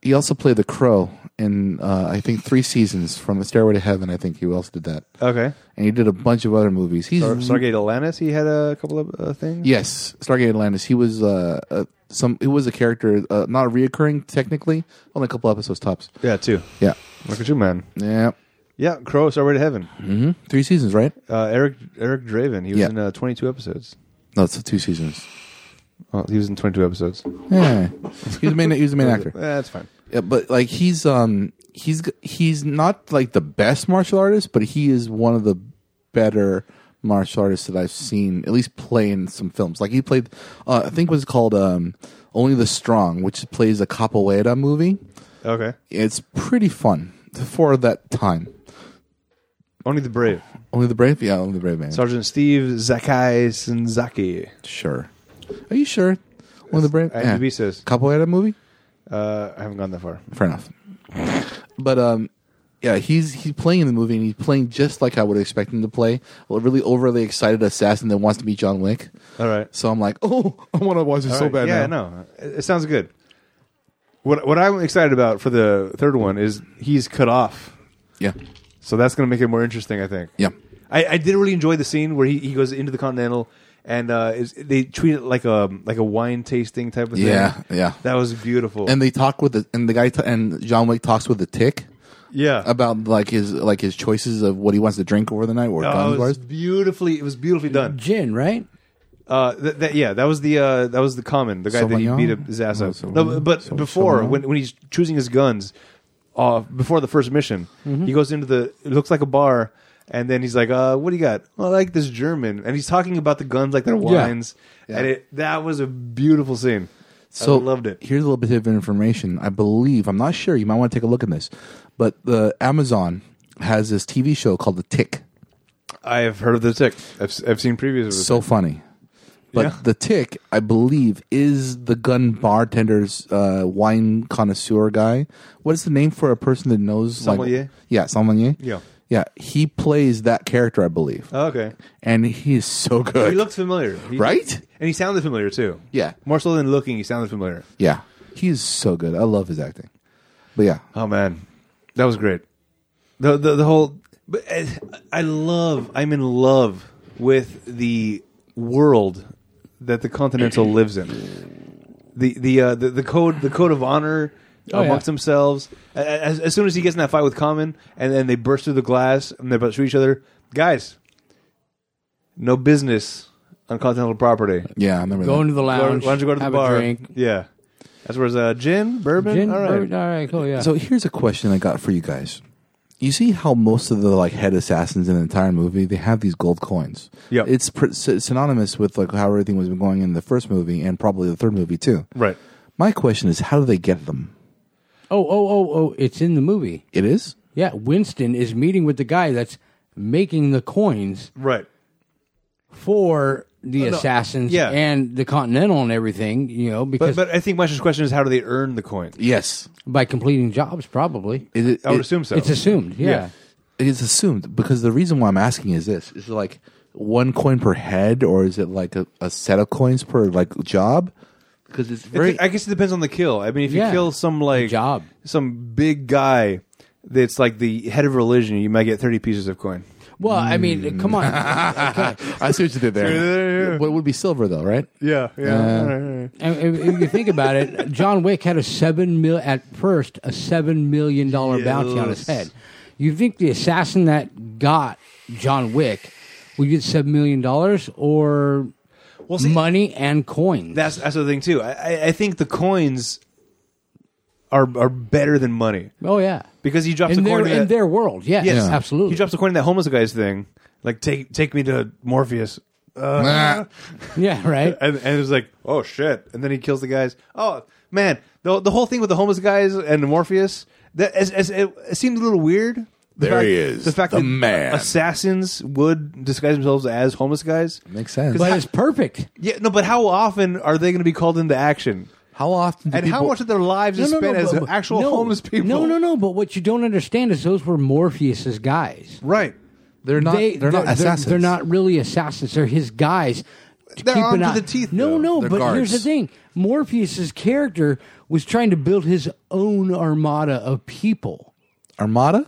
Speaker 4: He also played the Crow in uh, I think three seasons from the Stairway to Heaven. I think he also did that,
Speaker 1: Okay.
Speaker 4: and he did a bunch of other movies. He's
Speaker 1: Star- Stargate Atlantis. He had a couple of uh, things.
Speaker 4: Yes, Stargate Atlantis. He was uh, uh some. He was a character, uh, not reoccurring technically, only a couple episodes tops.
Speaker 1: Yeah, too.
Speaker 4: Yeah,
Speaker 1: Look at you, man.
Speaker 4: yeah.
Speaker 1: Yeah, Crow, Starway to Heaven.
Speaker 4: hmm Three seasons, right?
Speaker 1: Uh, Eric Eric Draven. He was
Speaker 4: Yeah.
Speaker 1: in uh, 22 episodes.
Speaker 4: No, it's two seasons.
Speaker 1: Oh, he was in 22 episodes.
Speaker 4: Yeah, he was the main. He was the main actor.
Speaker 1: Eh, that's fine.
Speaker 4: Yeah, but like he's um he's g- he's not like the best martial artist, but he is one of the better martial artists that I've seen at least play in some films. Like he played, uh, I think it was called um Only the Strong, which plays a capoeira movie.
Speaker 1: Okay.
Speaker 4: It's pretty fun for that time.
Speaker 1: Only the Brave.
Speaker 4: Only the brave, yeah, only the brave man.
Speaker 1: Sergeant Steve Zakai Senzaki.
Speaker 4: Sure. Are you sure? Only the brave.
Speaker 1: IMDb says.
Speaker 4: capoeira movie.
Speaker 1: Uh, I haven't gone that far.
Speaker 4: Fair enough. But um, yeah, he's he's playing in the movie and he's playing just like I would expect him to play. A really overly excited assassin that wants to be John Wick.
Speaker 1: All right.
Speaker 4: So I'm like, oh, I want to watch it so
Speaker 1: All right.
Speaker 4: bad.
Speaker 1: Yeah,
Speaker 4: now.
Speaker 1: no, it, it sounds good. What what I'm excited about for the third one is he's cut off,
Speaker 4: yeah,
Speaker 1: so that's going to make it more interesting. I think.
Speaker 4: yeah,
Speaker 1: I, I did really enjoy the scene where he, he goes into the Continental and uh, is, they treat it like a like a wine tasting type of thing.
Speaker 4: Yeah, yeah.
Speaker 1: That was beautiful.
Speaker 4: And they talk with the and the guy t- and John Wick talks with the tick
Speaker 1: yeah,
Speaker 4: about like his like his choices of what he wants to drink over the night or
Speaker 1: oh,
Speaker 4: guns
Speaker 1: it was
Speaker 4: bars.
Speaker 1: beautifully it was beautifully done.
Speaker 3: Gin, right?
Speaker 1: Uh, th- that, yeah, that was the uh, that was the common the guy that he
Speaker 4: Sauvignon?
Speaker 1: beat up his ass
Speaker 4: Oh,
Speaker 1: up.
Speaker 4: Sauvignon.
Speaker 1: no, but- but
Speaker 4: Sau-
Speaker 1: before
Speaker 4: Sauvignon?
Speaker 1: when when he's choosing his guns, uh, before the first mission,
Speaker 4: Mm-hmm.
Speaker 1: he goes into the it looks like a bar, and then he's like, uh, "What do you got?" Well, I like this German, and he's talking about the guns like they're wines, and it that was a beautiful scene.
Speaker 4: So
Speaker 1: I loved it.
Speaker 4: Here's a little bit of information. I believe I'm not sure. You might want to take a look at this, but the Amazon has this TV show called The Tick.
Speaker 1: I have heard of the tick. I've, s- I've seen previews of it.
Speaker 4: so funny. But
Speaker 1: Yeah.
Speaker 4: the tick, I believe, is the gun bartender's uh, wine connoisseur guy. What is the name for a person that knows? Like,
Speaker 1: Sommelier?
Speaker 4: yeah, sommelier.
Speaker 1: Yeah.
Speaker 4: yeah. He plays that character, I believe,
Speaker 1: Oh, okay,
Speaker 4: and he is so
Speaker 1: he
Speaker 4: good.
Speaker 1: looked familiar, He-
Speaker 4: Right?
Speaker 1: And he sounded familiar too.
Speaker 4: Yeah.
Speaker 1: more so than looking, he sounded familiar.
Speaker 4: yeah, he is so good. I love his acting. But yeah,
Speaker 1: Oh man, that was great. The the, the whole. But uh, I love. I'm in love with the world that the Continental lives in. The the uh, the, the code the code of honor
Speaker 3: Oh,
Speaker 1: amongst
Speaker 3: yeah.
Speaker 1: themselves. A- a- As, as soon as he gets in that fight with Common, and then they burst through the glass and they're about to shoot each other. Guys, no business on continental property.
Speaker 4: yeah, I remember.
Speaker 3: Go
Speaker 4: that.
Speaker 3: into the
Speaker 1: Why don't
Speaker 3: lounge.
Speaker 1: why don't you go to the
Speaker 3: have
Speaker 1: bar?
Speaker 3: A drink.
Speaker 1: Yeah, that's where it's uh, gin, bourbon.
Speaker 3: Gin.
Speaker 1: All right.
Speaker 3: All right. Cool. Yeah.
Speaker 4: So here's a question I got for you guys. You see how most of the like head assassins in the entire movie they have these gold coins.
Speaker 1: Yep.
Speaker 4: it's pr- sy- synonymous with like how everything was going in the first movie and probably the third movie too.
Speaker 1: Right.
Speaker 4: My question is, how do they get them?
Speaker 3: oh, oh, oh, oh! It's in the movie.
Speaker 4: It is
Speaker 3: Yeah, Winston is meeting with the guy that's making the coins
Speaker 1: Right.
Speaker 3: for the assassins
Speaker 1: yeah.
Speaker 3: and the Continental and everything. You know,
Speaker 1: But
Speaker 3: because
Speaker 1: but I think Mike's question is how do they earn the coin?
Speaker 4: yes.
Speaker 3: by completing jobs, probably
Speaker 4: Is it,
Speaker 1: I would
Speaker 4: it-
Speaker 1: assume so.
Speaker 3: it's assumed. Yeah.
Speaker 1: Yeah.
Speaker 4: It is assumed because the reason why I'm asking is this: is it like one coin per head, or is it like a, a set of coins per like job? Because it's
Speaker 1: It-
Speaker 4: very
Speaker 1: I guess it depends on the kill. I mean, if you
Speaker 3: Yeah.
Speaker 1: kill some like
Speaker 3: job.
Speaker 1: some big guy that's like the head of religion, you might get thirty pieces of coin.
Speaker 3: Well, I mean, come on.
Speaker 4: I see what you did
Speaker 1: Yeah,
Speaker 4: there. But it would be silver though, right?
Speaker 1: Yeah, yeah.
Speaker 3: And if, if you think about it, John Wick had a seven mil at first a seven million dollar bounty on his
Speaker 1: Yes.
Speaker 3: head. You think the assassin that got John Wick would get seven million dollars or
Speaker 1: see-
Speaker 3: money and coins?
Speaker 1: That's that's the thing too. I, I, I think the coins are are better than money
Speaker 3: oh yeah,
Speaker 1: because he drops
Speaker 3: in
Speaker 1: a
Speaker 3: their
Speaker 1: coin. to
Speaker 3: in
Speaker 1: that-
Speaker 3: their world, yes,
Speaker 1: Yes.
Speaker 3: absolutely.
Speaker 1: He drops a coin in that homeless guy's thing. Like take take me to Morpheus. Uh,
Speaker 4: Nah.
Speaker 3: yeah, right.
Speaker 1: and, and it was like, oh shit! And then he kills the guys. Oh man, the the whole thing with the homeless guys and Morpheus that as, as, it, it seemed a little weird. The
Speaker 2: There he is,
Speaker 1: The fact
Speaker 2: the
Speaker 1: that
Speaker 2: man.
Speaker 1: assassins would disguise themselves as homeless guys
Speaker 4: Makes sense.
Speaker 1: 'Cause
Speaker 3: But
Speaker 1: how-
Speaker 3: it's perfect.
Speaker 1: yeah, no, but how often are they going to be called into action?
Speaker 4: How often? Do
Speaker 1: And
Speaker 4: people,
Speaker 1: how much of their lives is spent as
Speaker 3: but- but-
Speaker 1: actual
Speaker 3: no.
Speaker 1: homeless people?
Speaker 3: No, no, no. But what you don't understand is those were Morpheus's guys.
Speaker 1: Right.
Speaker 4: They're not. They,
Speaker 3: they,
Speaker 4: are not assassins.
Speaker 3: They're, not really assassins. They're his guys. To
Speaker 4: They're
Speaker 3: keep
Speaker 4: armed
Speaker 3: an
Speaker 4: to
Speaker 3: eye-
Speaker 4: the teeth,
Speaker 3: No,
Speaker 4: though.
Speaker 3: no.
Speaker 4: They're
Speaker 3: but here's the
Speaker 4: guards.
Speaker 3: thing: Morpheus's character was trying to build his own armada of people.
Speaker 4: Armada.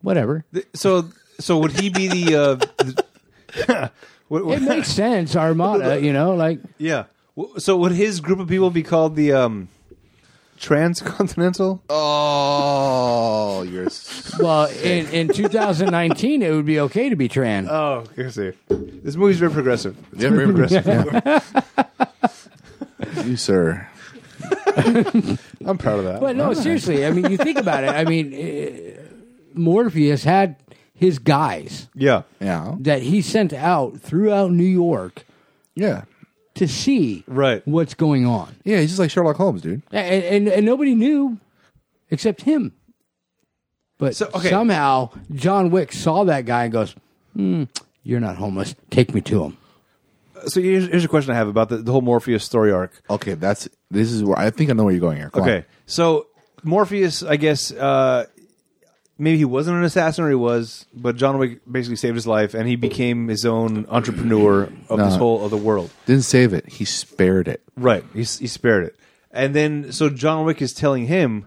Speaker 3: Whatever.
Speaker 1: So so would he be the? Uh, the what- what-
Speaker 3: It makes sense, armada. You know, like
Speaker 1: yeah. W- So would his group of people be called the um, transcontinental?
Speaker 4: Oh, you're. s-
Speaker 3: well, in, in 2019, it would be okay to be trans.
Speaker 4: Uh,
Speaker 1: Oh, I see. This movie's very progressive.
Speaker 4: Yeah, very progressive. you sir.
Speaker 1: I'm proud of that.
Speaker 3: But no, seriously. I mean, you think about it. I mean, eh, Morpheus had his guys
Speaker 1: Yeah.
Speaker 4: Yeah.
Speaker 3: that he sent out throughout New York
Speaker 4: Yeah.
Speaker 3: to see
Speaker 1: Right.
Speaker 3: what's going on,
Speaker 4: Yeah. He's just like Sherlock Holmes, dude.
Speaker 3: and and, and nobody knew except him. But
Speaker 1: So, okay.
Speaker 3: somehow John Wick saw that guy and goes, hmm, "You're not homeless. Take me to him."
Speaker 1: So here's, here's a question I have about the, the whole Morpheus story arc.
Speaker 4: Okay, that's this is where I think I know where you're going here. Come on.
Speaker 1: Okay, so Morpheus, I guess uh, maybe he wasn't an assassin or he was, but John Wick basically saved his life, and he became his own entrepreneur of this whole other world.
Speaker 4: didn't save it. He spared it.
Speaker 1: Right. He, s- he spared it, and then so John Wick is telling him,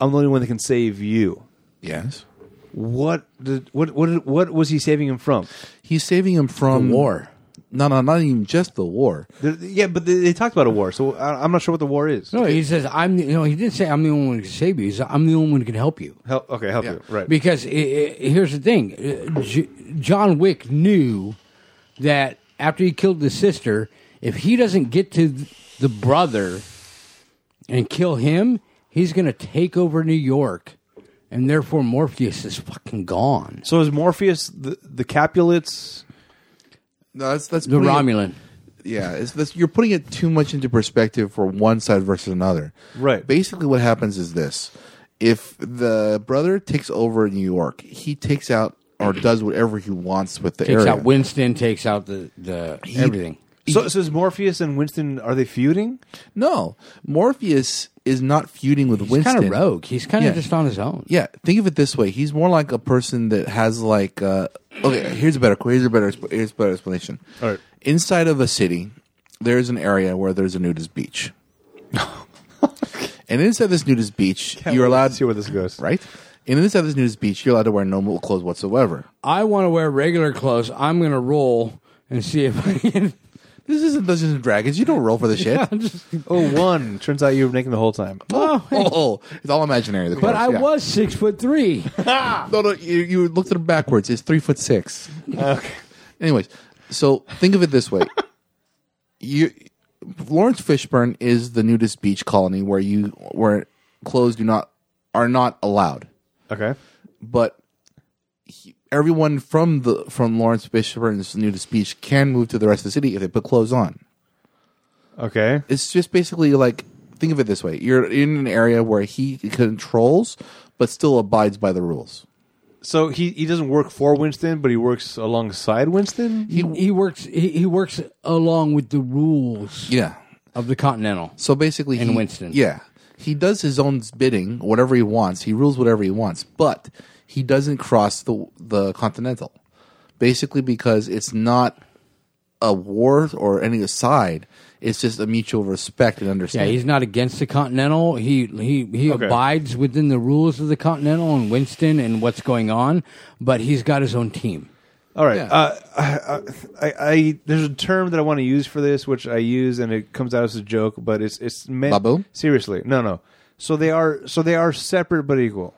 Speaker 1: "I'm the only one that can save you."
Speaker 4: Yes,
Speaker 1: What did what what did- what was he saving him from?
Speaker 4: he's saving him from
Speaker 3: war.
Speaker 4: No, no, not even just the war.
Speaker 1: There, yeah, but they, they talked about a war, so I, I'm not sure what the war is.
Speaker 3: No, he says, "I'm." The, no, he didn't say, "I'm the only one who can save you." He said, "I'm the only one who can help you."
Speaker 1: Help, okay, help you. Right.
Speaker 3: Because i i here's the thing: uh, J- John Wick knew that after he killed the sister, if he doesn't get to th- the brother and kill him, he's going to take over New York, and therefore Morpheus is fucking gone.
Speaker 1: so is Morpheus the, the Capulets?
Speaker 4: No, that's that's
Speaker 3: The
Speaker 4: putting it-
Speaker 3: Romulan.
Speaker 4: yeah, it's, that's, you're putting it too much into perspective for one side versus another.
Speaker 1: Right.
Speaker 4: Basically, what happens is this: if the brother takes over New York, he takes out or does whatever he wants with the
Speaker 3: Takes
Speaker 4: area.
Speaker 3: out Winston. Takes out the the everything.
Speaker 1: So, so is Morpheus and Winston are they feuding?
Speaker 4: no, Morpheus is not feuding with
Speaker 3: He's
Speaker 4: Winston.
Speaker 3: kind of rogue. He's kind of
Speaker 4: Yeah.
Speaker 3: just on his own.
Speaker 4: Yeah, think of it this way: he's more like a person that has like. Uh, okay, here's a better. Here's a better. expl- Here's a better explanation.
Speaker 1: All right.
Speaker 4: Inside of a city, there's an area where there's a nudist beach. and inside this nudist beach, you're allowed
Speaker 1: to see where this goes.
Speaker 4: right. And inside this nudist beach, you're allowed to wear no clothes whatsoever.
Speaker 3: I want to wear regular clothes. I'm going to roll and see if I can.
Speaker 4: This isn't Dungeons and Dragons. You don't roll for the shit.
Speaker 1: Oh, one. Turns out you were naked the whole time.
Speaker 4: oh, oh, it's all imaginary. the clothes,
Speaker 3: But I
Speaker 4: yeah.
Speaker 3: was six foot three.
Speaker 4: No, no, you, you looked at it backwards. It's three foot six. Okay. Anyways, so think of it this way: you, Lawrence Fishburne is the nudist beach colony where you where clothes do not are not allowed,
Speaker 1: Okay.
Speaker 4: but he, everyone from the from Lawrence Fishburne's nudist beach can move to the rest of the city if they put clothes on.
Speaker 1: Okay.
Speaker 4: It's just basically like think of it this way: you're in an area where he controls, but still abides by the rules.
Speaker 1: So he, he doesn't work for Winston, but he works alongside Winston?
Speaker 3: He, he works. He, he works along with the rules
Speaker 4: Yeah.
Speaker 3: of the Continental.
Speaker 4: So basically,
Speaker 3: And
Speaker 4: he-
Speaker 3: Winston.
Speaker 4: yeah, he does his own bidding, whatever he wants. He rules whatever he wants, but he doesn't cross the the continental, basically because it's not a war or any side. It's just a mutual respect and
Speaker 3: Yeah,
Speaker 4: understanding.
Speaker 3: he's not against the Continental. He he he
Speaker 1: Okay.
Speaker 3: abides within the rules of the Continental and Winston and what's going on. But he's got his own team.
Speaker 1: All right.
Speaker 4: Yeah.
Speaker 1: Uh, I, I, I there's a term that I want to use for this, which I use, and it comes out as a joke, but it's it's meant
Speaker 4: Baboon?
Speaker 1: seriously. No, no. So they are so they are separate but equal,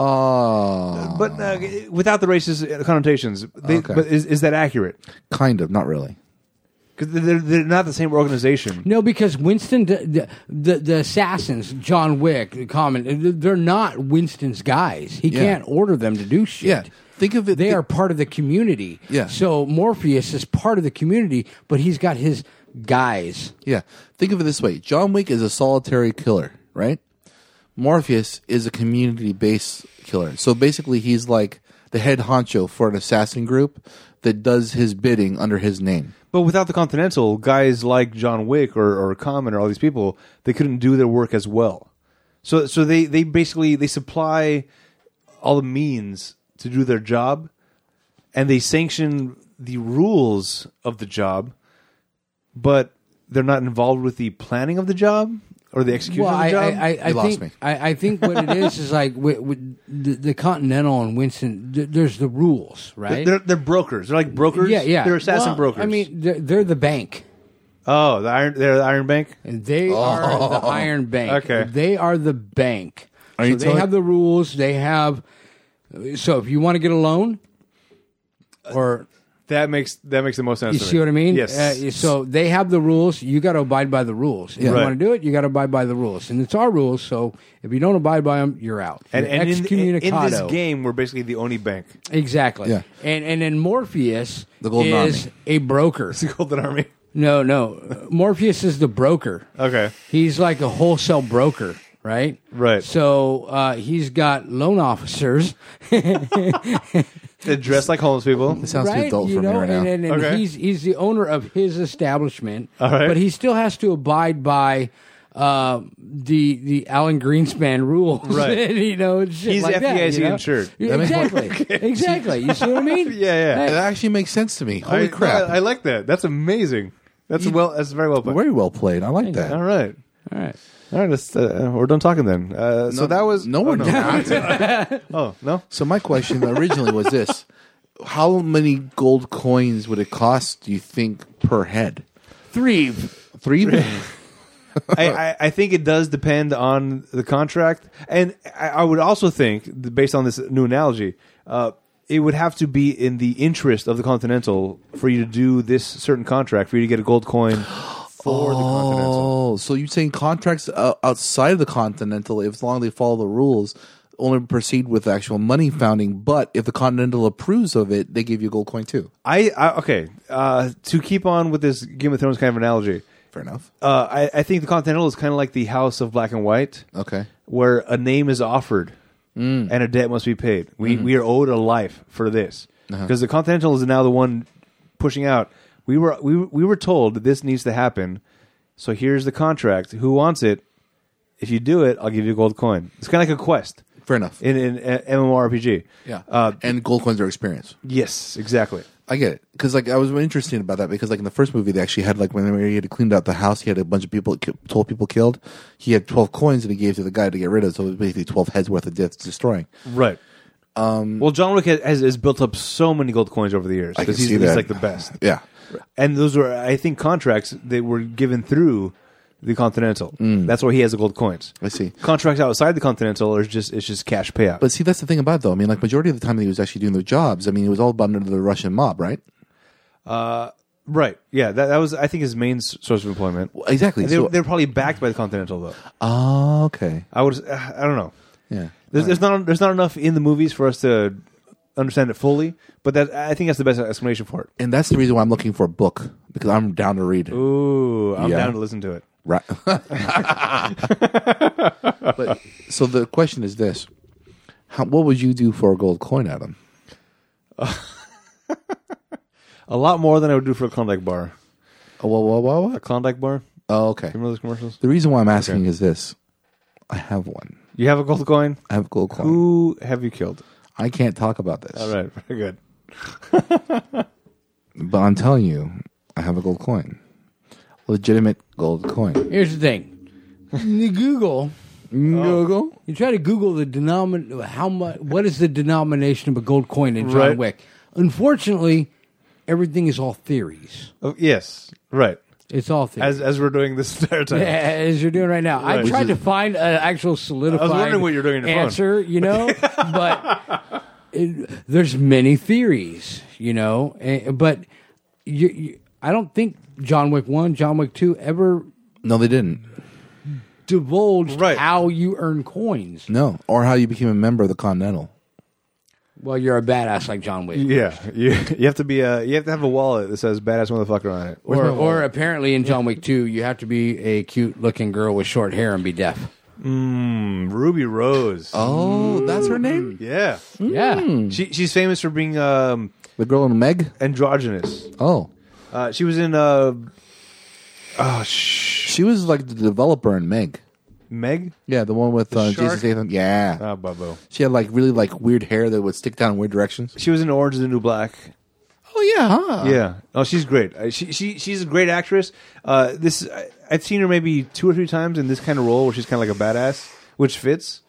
Speaker 4: Ah,
Speaker 1: but uh, without the racist uh, connotations. They,
Speaker 4: Okay.
Speaker 1: But is, is that accurate?
Speaker 4: kind of, not really.
Speaker 1: Because they're, they're not the same organization.
Speaker 3: No, because Winston, the the, the, the assassins, John Wick, the Common, they're not Winston's guys. He
Speaker 4: Yeah.
Speaker 3: can't order them to do shit.
Speaker 4: Yeah, think of it.
Speaker 3: they
Speaker 4: thi-
Speaker 3: are part of the community.
Speaker 4: Yeah.
Speaker 3: So Morpheus is part of the community, but he's got his guys.
Speaker 4: Yeah, think of it this way: John Wick is a solitary killer, right? Morpheus is a community-based killer. So basically, he's like the head honcho for an assassin group that does his bidding under his name.
Speaker 1: But without the Continental, guys like John Wick or, or Common or all these people, they couldn't do their work as well. So so they, they basically they supply all the means to do their job, and they sanction the rules of the job, but they're not involved with the planning of the job or the execution
Speaker 3: Well,
Speaker 1: of the
Speaker 3: I,
Speaker 1: job.
Speaker 3: I, I, I
Speaker 4: You lost
Speaker 3: think
Speaker 4: me.
Speaker 3: I, I think what it is is like with, with the, the Continental and Winston. Th- there's the rules, right?
Speaker 1: they're they're brokers. They're like brokers.
Speaker 3: yeah, yeah.
Speaker 1: They're assassin
Speaker 3: Well,
Speaker 1: brokers.
Speaker 3: I mean, they're, they're the bank.
Speaker 1: oh, the iron. They're the Iron Bank.
Speaker 3: And
Speaker 1: Oh.
Speaker 3: they are the Iron Bank.
Speaker 1: Okay.
Speaker 3: They are the bank.
Speaker 4: Are
Speaker 3: so
Speaker 4: you
Speaker 3: they
Speaker 4: telling-
Speaker 3: have the rules. They have. So if you want to get a loan, or
Speaker 1: That makes that makes the most sense.
Speaker 3: you
Speaker 1: to me.
Speaker 3: see what I mean?
Speaker 1: Yes.
Speaker 3: Uh, so they have the rules. You got to abide by the rules. If you
Speaker 1: Right.
Speaker 3: want to do it, you got to abide by the rules, and it's our rules. So if you don't abide by them, you're out.
Speaker 1: and
Speaker 3: You're
Speaker 1: and in, in, in this
Speaker 3: excommunicado.
Speaker 1: game, we're basically the only bank,
Speaker 3: exactly.
Speaker 4: Yeah.
Speaker 3: And and then Morpheus
Speaker 4: The Golden
Speaker 3: is
Speaker 4: Army.
Speaker 3: a broker.
Speaker 1: the Golden Army.
Speaker 3: No, no. Morpheus is the broker.
Speaker 1: Okay.
Speaker 3: He's like a wholesale broker, right?
Speaker 1: Right.
Speaker 3: So uh, he's got loan officers,
Speaker 1: They dress like homeless people.
Speaker 4: It sounds too
Speaker 3: right?
Speaker 4: adult
Speaker 3: you
Speaker 4: for
Speaker 3: know,
Speaker 4: me right now.
Speaker 3: and, and, and
Speaker 1: Okay.
Speaker 3: he's he's the owner of his establishment,
Speaker 1: All right.
Speaker 3: but he still has to abide by uh, the the Alan Greenspan rules,
Speaker 1: Right.
Speaker 3: you know, and shit
Speaker 1: He's
Speaker 3: like that,
Speaker 1: FDIC
Speaker 3: you know?
Speaker 1: insured.
Speaker 4: That makes more-
Speaker 3: Exactly, exactly. You see what I mean?
Speaker 1: Yeah, yeah.
Speaker 4: It
Speaker 3: Hey,
Speaker 4: actually makes sense to me. Holy
Speaker 1: I,
Speaker 4: crap!
Speaker 1: I, I like that. That's amazing. That's well. That's very well put.
Speaker 4: Very well played. I like
Speaker 1: All right.
Speaker 4: that.
Speaker 3: all right.
Speaker 1: All right. Let's, uh, we're done talking then. Uh, so that was
Speaker 4: no,
Speaker 1: Oh,
Speaker 4: we're not.
Speaker 1: Oh no.
Speaker 4: So my question originally was this: How many gold coins would it cost? Do you think per head?
Speaker 3: Three.
Speaker 4: Three.
Speaker 1: I, I, I think it does depend on the contract, and I, I would also think, th- based on this new analogy, uh, it would have to be in the interest of the Continental for you to do this certain contract for you to get a gold coin for the Continental.
Speaker 4: oh, so you're saying contracts uh, outside of the continental, if as long as they follow the rules, only proceed with actual money founding. But if the continental approves of it, they give you a gold coin too.
Speaker 1: I, I okay. Uh, to keep on with this Game of Thrones kind of analogy,
Speaker 4: Fair enough.
Speaker 1: uh, I, I think the Continental is kind of like the House of Black and White.
Speaker 4: Okay.
Speaker 1: where a name is offered
Speaker 4: Mm.
Speaker 1: and a debt must be paid. We
Speaker 4: Mm-hmm.
Speaker 1: we are owed a life for this
Speaker 4: Uh-huh.
Speaker 1: because the Continental is now the one pushing out. We were we we were told that this needs to happen, so here's the contract. Who wants it? If you do it, I'll give you a gold coin. It's kind of like a quest
Speaker 4: Fair enough.
Speaker 1: in in uh, MMORPG.
Speaker 4: yeah.
Speaker 1: Uh,
Speaker 4: and gold coins are experience.
Speaker 1: yes. Exactly.
Speaker 4: I get it because like I was interested about that because like in the first movie they actually had like when he had cleaned out the house he had a bunch of people ki- twelve people killed he had twelve coins and he gave to the guy to get rid of so it was basically twelve heads worth of death destroying
Speaker 1: Right. Um, well, John Wick has, has built up so many gold coins over the years
Speaker 4: I can
Speaker 1: because he's,
Speaker 4: see
Speaker 1: he's
Speaker 4: that.
Speaker 1: like the best.
Speaker 4: yeah
Speaker 1: And those were, I think, contracts that were given through the Continental.
Speaker 4: Mm.
Speaker 1: That's why he has the gold coins.
Speaker 4: I see.
Speaker 1: Contracts outside the Continental are just it's just cash payout.
Speaker 4: but see that's the thing about it, though I
Speaker 1: Mm-hmm.
Speaker 4: mean like majority of the time that he was actually doing the jobs I mean it was all about under the Russian mob right
Speaker 1: right? Yeah, that, that was I think his main s- source of employment.
Speaker 4: Well, exactly
Speaker 1: They,
Speaker 4: so,
Speaker 1: they're probably backed by the Continental though.
Speaker 4: Ah, okay
Speaker 1: I would uh, I don't know.
Speaker 4: yeah
Speaker 1: There's, there's not there's not enough in the movies for us to understand it fully, but that I think that's the best explanation for it.
Speaker 4: and that's the reason why I'm looking for a book because I'm down to read
Speaker 1: Ooh, I'm
Speaker 4: Yeah.
Speaker 1: down to listen to it.
Speaker 4: Right. but so the question is this: How, What would you do for a gold coin, Adam?
Speaker 1: A lot more than I would do for a Klondike bar.
Speaker 4: Oh, whoa, whoa, whoa,
Speaker 1: A
Speaker 4: what?
Speaker 1: Klondike bar.
Speaker 4: oh okay.
Speaker 1: Remember those commercials?
Speaker 4: The reason why I'm asking is this: I have one.
Speaker 1: You have a gold coin.
Speaker 4: I have a gold coin.
Speaker 1: Who have you killed?
Speaker 4: I can't talk about this,
Speaker 1: All right, very good.
Speaker 4: but I'm telling you, I have a gold coin, legitimate gold coin.
Speaker 3: Here's the thing. You Google.
Speaker 4: Google.
Speaker 3: You try to Google the denomin how much what is the denomination of a gold coin in John
Speaker 1: Right.
Speaker 3: Wick? Unfortunately, everything is all theories.
Speaker 1: Oh, yes, right.
Speaker 3: It's all theories.
Speaker 1: As as we're doing this entire time.
Speaker 3: As you're doing right now,
Speaker 1: Right.
Speaker 3: I tried
Speaker 4: Which
Speaker 3: to find an actual solidified.
Speaker 1: wondering what you're doing on your phone.
Speaker 3: answer, you know, but it, there's many theories, you know, and, but you, you, I don't think John Wick one, John Wick two ever
Speaker 4: No, they didn't.
Speaker 3: divulged
Speaker 1: Right.
Speaker 3: how you earn coins.
Speaker 4: No, or how you became a member of the Continental.
Speaker 3: Well, you're a badass like John Wick.
Speaker 1: Yeah, you you have to be a you have to have a wallet that says "badass motherfucker" on it.
Speaker 3: Or, or apparently in John Wick 2, you have to be a cute looking girl with short hair and be deaf.
Speaker 1: Ruby Rose.
Speaker 4: Oh, that's her name.
Speaker 1: Yeah,
Speaker 3: Hmm. Yeah.
Speaker 1: she she's famous for being um,
Speaker 4: The girl in Meg.
Speaker 1: androgynous.
Speaker 4: Oh,
Speaker 1: Uh, she was in uh,
Speaker 4: she was like the developer in Meg.
Speaker 1: Meg?
Speaker 4: Yeah, the one with uh, Jason
Speaker 1: shark?
Speaker 4: Statham. Yeah,
Speaker 1: Ah, Bobo.
Speaker 4: she had like really like weird hair that would stick down weird directions.
Speaker 1: She was in Orange is the New Black.
Speaker 4: Oh yeah, huh?
Speaker 1: Yeah. Oh, she's great. Uh, She she she's a great actress. Uh, this I, I've seen her maybe two or three times in this kind of role where she's kind of like a badass, which fits.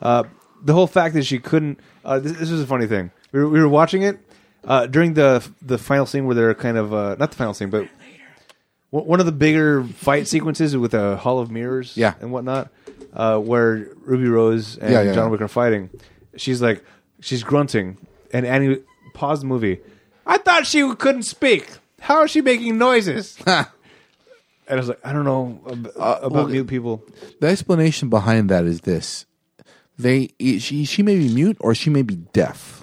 Speaker 1: Uh, the whole fact that she couldn't. Uh, this, this was a funny thing. We were, we were watching it uh, during the the final scene where they're kind of uh, not the final scene, but one one of the bigger fight sequences with a Hall of Mirrors,
Speaker 4: Yeah.
Speaker 1: and whatnot, uh, where Ruby Rose and
Speaker 4: Yeah, yeah,
Speaker 1: John
Speaker 4: yeah.
Speaker 1: Wick are fighting. She's like, she's grunting, and Annie paused the movie. I thought she couldn't speak. How is she making noises? and I was like, I don't know ab- about
Speaker 4: Uh, well,
Speaker 1: mute people.
Speaker 4: The explanation behind that is this: they e, she she may be mute or she may be deaf.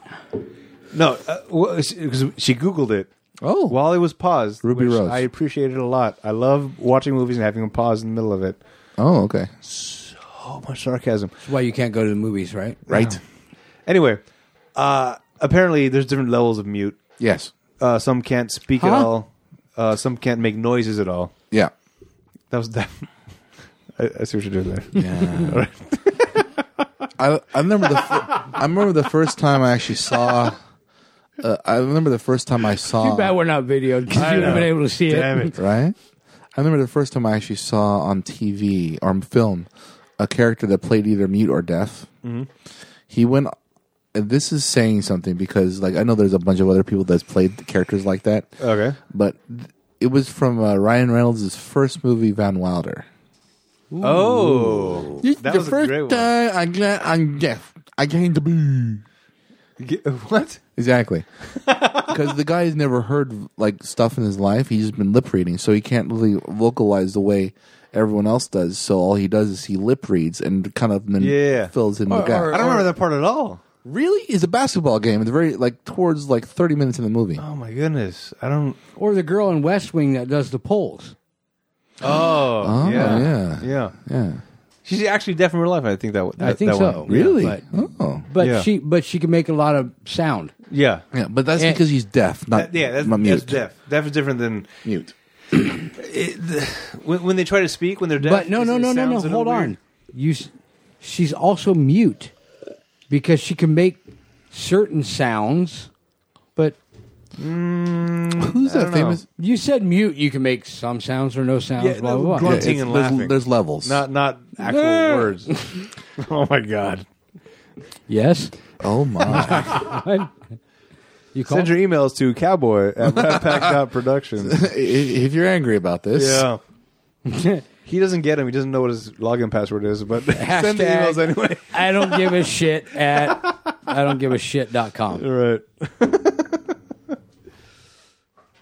Speaker 1: No, uh, because she Googled it.
Speaker 4: Oh.
Speaker 1: while it was paused,
Speaker 4: Ruby
Speaker 1: which
Speaker 4: Rose.
Speaker 1: I appreciated a lot. I love watching movies and having them pause in the middle of it.
Speaker 4: Oh, okay,
Speaker 1: Oh, much sarcasm.
Speaker 3: That's why you can't go to the movies, right?
Speaker 4: right?
Speaker 1: Anyway, uh, apparently there's different levels of mute.
Speaker 4: Yes,
Speaker 1: Uh, some can't speak at
Speaker 3: Huh?
Speaker 1: all. Uh, some can't make noises at all.
Speaker 4: yeah.
Speaker 1: That was that. I, I see what you're doing there.
Speaker 4: I, I remember the fir- I remember the first time I actually saw. Uh, I remember the first time I saw.
Speaker 3: Too bad we're not videoed because you would have been able to see it.
Speaker 1: Damn it.
Speaker 4: right? I remember the first time I actually saw on TV or on film a character that played either mute or deaf. Mm-hmm. He went. And this is saying something because, like, I know there's a bunch of other people that's played characters like that.
Speaker 1: Okay.
Speaker 4: but th- it was from uh, Ryan Reynolds' first movie, Van Wilder.
Speaker 1: Oh, that
Speaker 4: the
Speaker 1: was
Speaker 4: first
Speaker 1: a great one.
Speaker 4: time I got, I'm deaf. I came to be
Speaker 1: G- What?
Speaker 4: exactly because the guy has never heard like stuff in his life. He's just been lip reading, so he can't really vocalize the way everyone else does. So all he does is he lip reads and kind of then
Speaker 1: Yeah.
Speaker 4: fills in the
Speaker 3: Or-
Speaker 4: gap.
Speaker 3: or-
Speaker 1: I don't remember that part at all.
Speaker 4: really is a basketball game at the very like towards like thirty minutes in the movie.
Speaker 1: Oh my goodness. I don't.
Speaker 3: Or the girl in West Wing that does the polls.
Speaker 1: Oh,
Speaker 4: Oh,
Speaker 1: yeah.
Speaker 4: yeah.
Speaker 1: Yeah.
Speaker 4: Yeah,
Speaker 1: She's actually deaf in real life. I think that. that
Speaker 3: I think
Speaker 1: that
Speaker 3: so.
Speaker 1: one.
Speaker 4: really.
Speaker 3: Yeah, but
Speaker 4: oh,
Speaker 3: but
Speaker 1: Yeah.
Speaker 3: she but she can make a lot of sound.
Speaker 1: Yeah.
Speaker 4: yeah, but that's
Speaker 3: And-
Speaker 4: because he's deaf, not
Speaker 1: That- yeah. That's,
Speaker 4: not mute.
Speaker 1: that's deaf. Deaf is different than
Speaker 4: Mute.
Speaker 1: when, when they try to speak when they're deaf.
Speaker 3: But no
Speaker 1: it-
Speaker 3: no
Speaker 1: it
Speaker 3: no no no.
Speaker 1: sounds a little
Speaker 3: Hold on.
Speaker 1: weird.
Speaker 3: You, s- she's also mute because she can make certain sounds. But
Speaker 4: Who's that
Speaker 1: don't
Speaker 4: famous?
Speaker 1: know.
Speaker 3: you said mute. You can make some sounds or no sounds.
Speaker 1: Yeah,
Speaker 3: blah
Speaker 1: no,
Speaker 3: blah blah.
Speaker 1: grunt-
Speaker 4: it's-
Speaker 1: Grunting and
Speaker 4: there's,
Speaker 1: laughing.
Speaker 4: There's levels.
Speaker 1: Not not actual
Speaker 3: Yeah.
Speaker 1: words. oh my god.
Speaker 3: Yes.
Speaker 4: oh my!
Speaker 3: You call.
Speaker 1: Send your emails to cowboy at
Speaker 4: I-
Speaker 1: Productions.
Speaker 4: i- if you're angry about this,
Speaker 1: yeah. He doesn't get him. He doesn't know what his login password is, but send the
Speaker 3: Hashtag-
Speaker 1: emails anyway.
Speaker 3: I don't give a shit at I don't give a shit dot com.
Speaker 1: All right.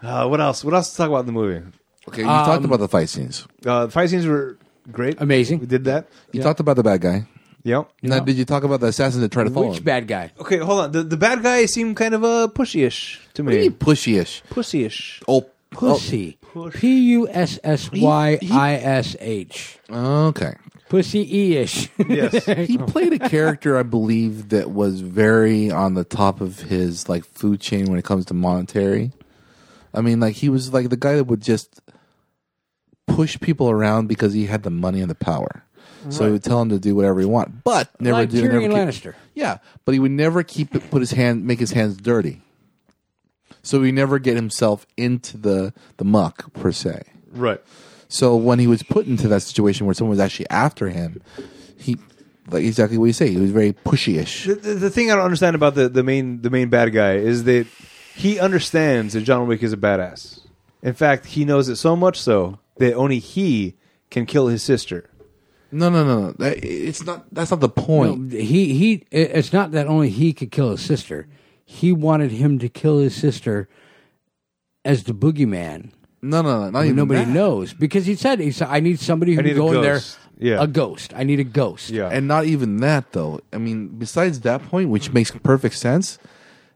Speaker 1: uh, what else? What else to talk about in the movie?
Speaker 4: Okay, you
Speaker 1: Um,
Speaker 4: talked about the fight scenes.
Speaker 1: Uh, the fight scenes were great.
Speaker 3: Amazing.
Speaker 1: We did that.
Speaker 4: You talked about the bad guy.
Speaker 1: Yep.
Speaker 4: Now, did you talk about the assassins that tried to follow
Speaker 3: Which
Speaker 4: him?
Speaker 3: bad guy?
Speaker 1: Okay, hold on. The, the bad guy seemed kind of uh, pussy-ish to
Speaker 4: Pretty
Speaker 1: me.
Speaker 4: pushyish.
Speaker 1: Pussy-ish.
Speaker 4: Oh,
Speaker 3: Pussy. P U S S Y I S H.
Speaker 4: oh, okay.
Speaker 3: Pussy E ish.
Speaker 1: Yes.
Speaker 4: He
Speaker 3: Oh.
Speaker 4: played a character, I believe, that was very on the top of his like food chain when it comes to monetary. I mean, like he was like the guy that would just push people around because he had the money and the power. So he would tell him to do whatever he want, but never
Speaker 3: like
Speaker 4: do. never
Speaker 3: Tyrion
Speaker 4: keep-
Speaker 3: Lannister.
Speaker 4: Yeah, but he would never keep it, put his hand, make his hands dirty. So he never get himself into the the muck per se.
Speaker 1: right.
Speaker 4: So when he was put into that situation where someone was actually after him, he like exactly what you say. He was very pushyish.
Speaker 1: The, the, the thing I don't understand about the, the main the main bad guy is that he understands that John Wick is a badass. In fact, he knows it so much so that only he can kill his sister.
Speaker 4: No, no, no, no. That, it's not. That's not the point.
Speaker 3: No, he he. it- It's not that only he could kill his sister. He wanted him to kill his sister as the boogeyman.
Speaker 4: No, no, no. Not
Speaker 3: But
Speaker 4: even
Speaker 3: nobody
Speaker 4: that.
Speaker 3: knows because he said he said I need somebody who
Speaker 1: I
Speaker 3: can
Speaker 1: need a
Speaker 3: go in there.
Speaker 1: ghost." Yeah.
Speaker 3: A ghost. I need a ghost.
Speaker 1: Yeah.
Speaker 4: And not even that though. I mean, besides that point, which makes perfect sense,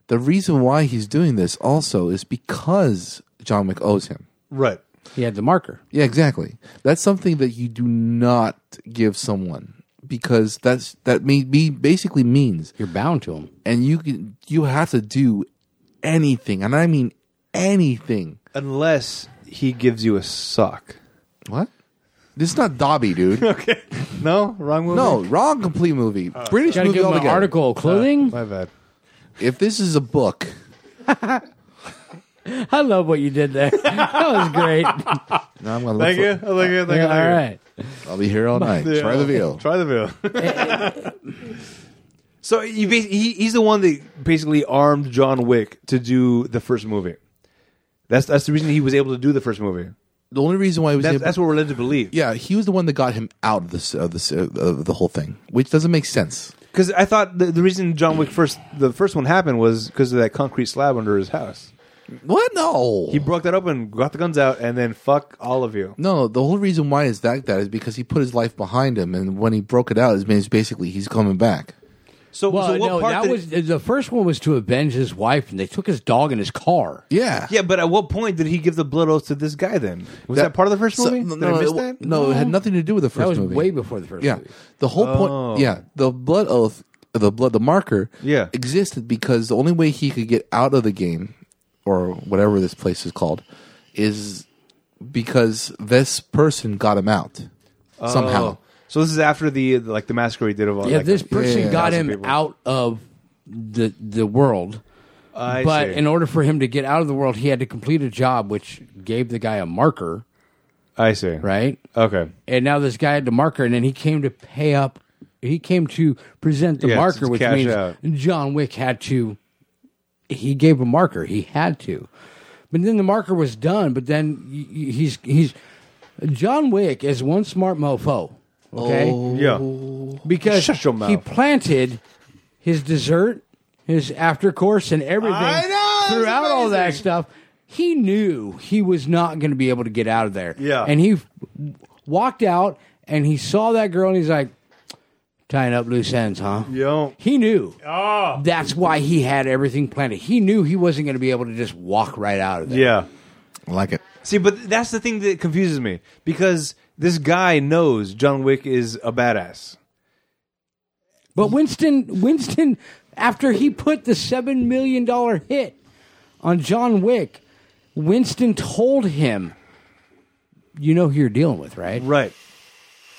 Speaker 4: the reason why he's doing this also is because John Wick owes him.
Speaker 1: right.
Speaker 3: He had the marker.
Speaker 4: Yeah, exactly. That's something that you do not give someone because that's that may be basically means
Speaker 3: You're bound to him.
Speaker 4: and you can you have to do anything and I mean anything.
Speaker 1: Unless he gives you a sock.
Speaker 4: What? This is not Dobby, dude.
Speaker 1: Okay. No, wrong movie.
Speaker 4: no, wrong complete movie. British
Speaker 3: Gotta
Speaker 4: movie
Speaker 3: give him an
Speaker 4: altogether.
Speaker 3: article. Clothing.
Speaker 1: my bad.
Speaker 4: If this is a book,
Speaker 3: I love what you did there. That was great.
Speaker 4: now I'm gonna look
Speaker 1: Thank
Speaker 4: for-
Speaker 1: you. Thank you. Thank you.
Speaker 3: Yeah, all right.
Speaker 4: I'll be here all night.
Speaker 1: Yeah.
Speaker 4: Try the veal.
Speaker 1: Try the veal. so you bas- he, he's the one that basically armed John Wick to do the first movie. That's that's the reason he was able to do the first movie.
Speaker 4: The only reason why he was
Speaker 1: That's,
Speaker 4: able-
Speaker 1: that's what we're led to believe.
Speaker 4: yeah, he was the one that got him out of this of this of the whole thing, which doesn't make sense.
Speaker 1: Because I thought the, the reason John Wick first the first one happened was because of that concrete slab under his house.
Speaker 4: What? No,
Speaker 1: He broke that open, got the guns out, and then fuck all of you.
Speaker 4: no. The whole reason why is that that is because he put his life behind him, and when he broke it out, it means basically he's coming back.
Speaker 1: So,
Speaker 3: Well,
Speaker 1: so what
Speaker 3: no,
Speaker 1: part
Speaker 3: that
Speaker 1: did-
Speaker 3: was the first one was to avenge his wife, and they took his dog and his car.
Speaker 4: Yeah,
Speaker 1: yeah, but at what point did he give the blood oath to this guy? Then was that, part of the first
Speaker 4: So-
Speaker 1: movie?
Speaker 4: no,
Speaker 1: did I miss
Speaker 4: it,
Speaker 1: that?
Speaker 4: no, it had nothing to do with the first
Speaker 3: That was
Speaker 4: movie.
Speaker 3: way before the first.
Speaker 4: yeah,
Speaker 3: movie.
Speaker 4: the whole point. Yeah, the blood oath, the blood, the marker.
Speaker 1: Oh. Yeah.
Speaker 4: existed because the only way he could get out of the game, or whatever this place is called, is because this person got him out somehow.
Speaker 1: Oh. So this is after the uh, like the massacre he did of all.
Speaker 3: yeah.
Speaker 1: like,
Speaker 3: This person
Speaker 4: yeah, yeah.
Speaker 3: got
Speaker 1: Thousand
Speaker 3: him
Speaker 1: people.
Speaker 3: out of the the world,
Speaker 1: I
Speaker 3: but
Speaker 1: see.
Speaker 3: in order for him to get out of the world, he had to complete a job, which gave the guy a marker,
Speaker 1: I see.
Speaker 3: right?
Speaker 1: Okay.
Speaker 3: And now this guy had the marker, and then he came to pay up. He came to present the
Speaker 1: Yeah,
Speaker 3: marker,
Speaker 1: to
Speaker 3: which
Speaker 1: cash
Speaker 3: means
Speaker 1: out.
Speaker 3: John Wick had to. He gave a marker. He had to, but then the marker was done. But then y- y- he's he's John Wick is one smart mofo. Okay,
Speaker 1: Yeah.
Speaker 3: because
Speaker 1: Shut your
Speaker 3: he
Speaker 1: mouth.
Speaker 3: planted his dessert, his after course, and everything
Speaker 1: I know, it was
Speaker 3: throughout all that
Speaker 1: amazing.
Speaker 3: stuff. He knew he was not going to be able to get out of there.
Speaker 1: Yeah.
Speaker 3: and he f- walked out and he saw that girl and he's like, tying up loose ends, huh?
Speaker 1: Yo.
Speaker 3: He knew. Oh. That's why he had everything planted. He knew he wasn't going to be able to just walk right out of there.
Speaker 1: Yeah. Oh.
Speaker 4: I like it.
Speaker 1: See, but that's the thing that confuses me because this guy knows John Wick is a badass.
Speaker 3: But Winston, Winston, after he put the seven million dollar hit on John Wick, Winston told him, "You know who you're dealing with, right?
Speaker 1: Right.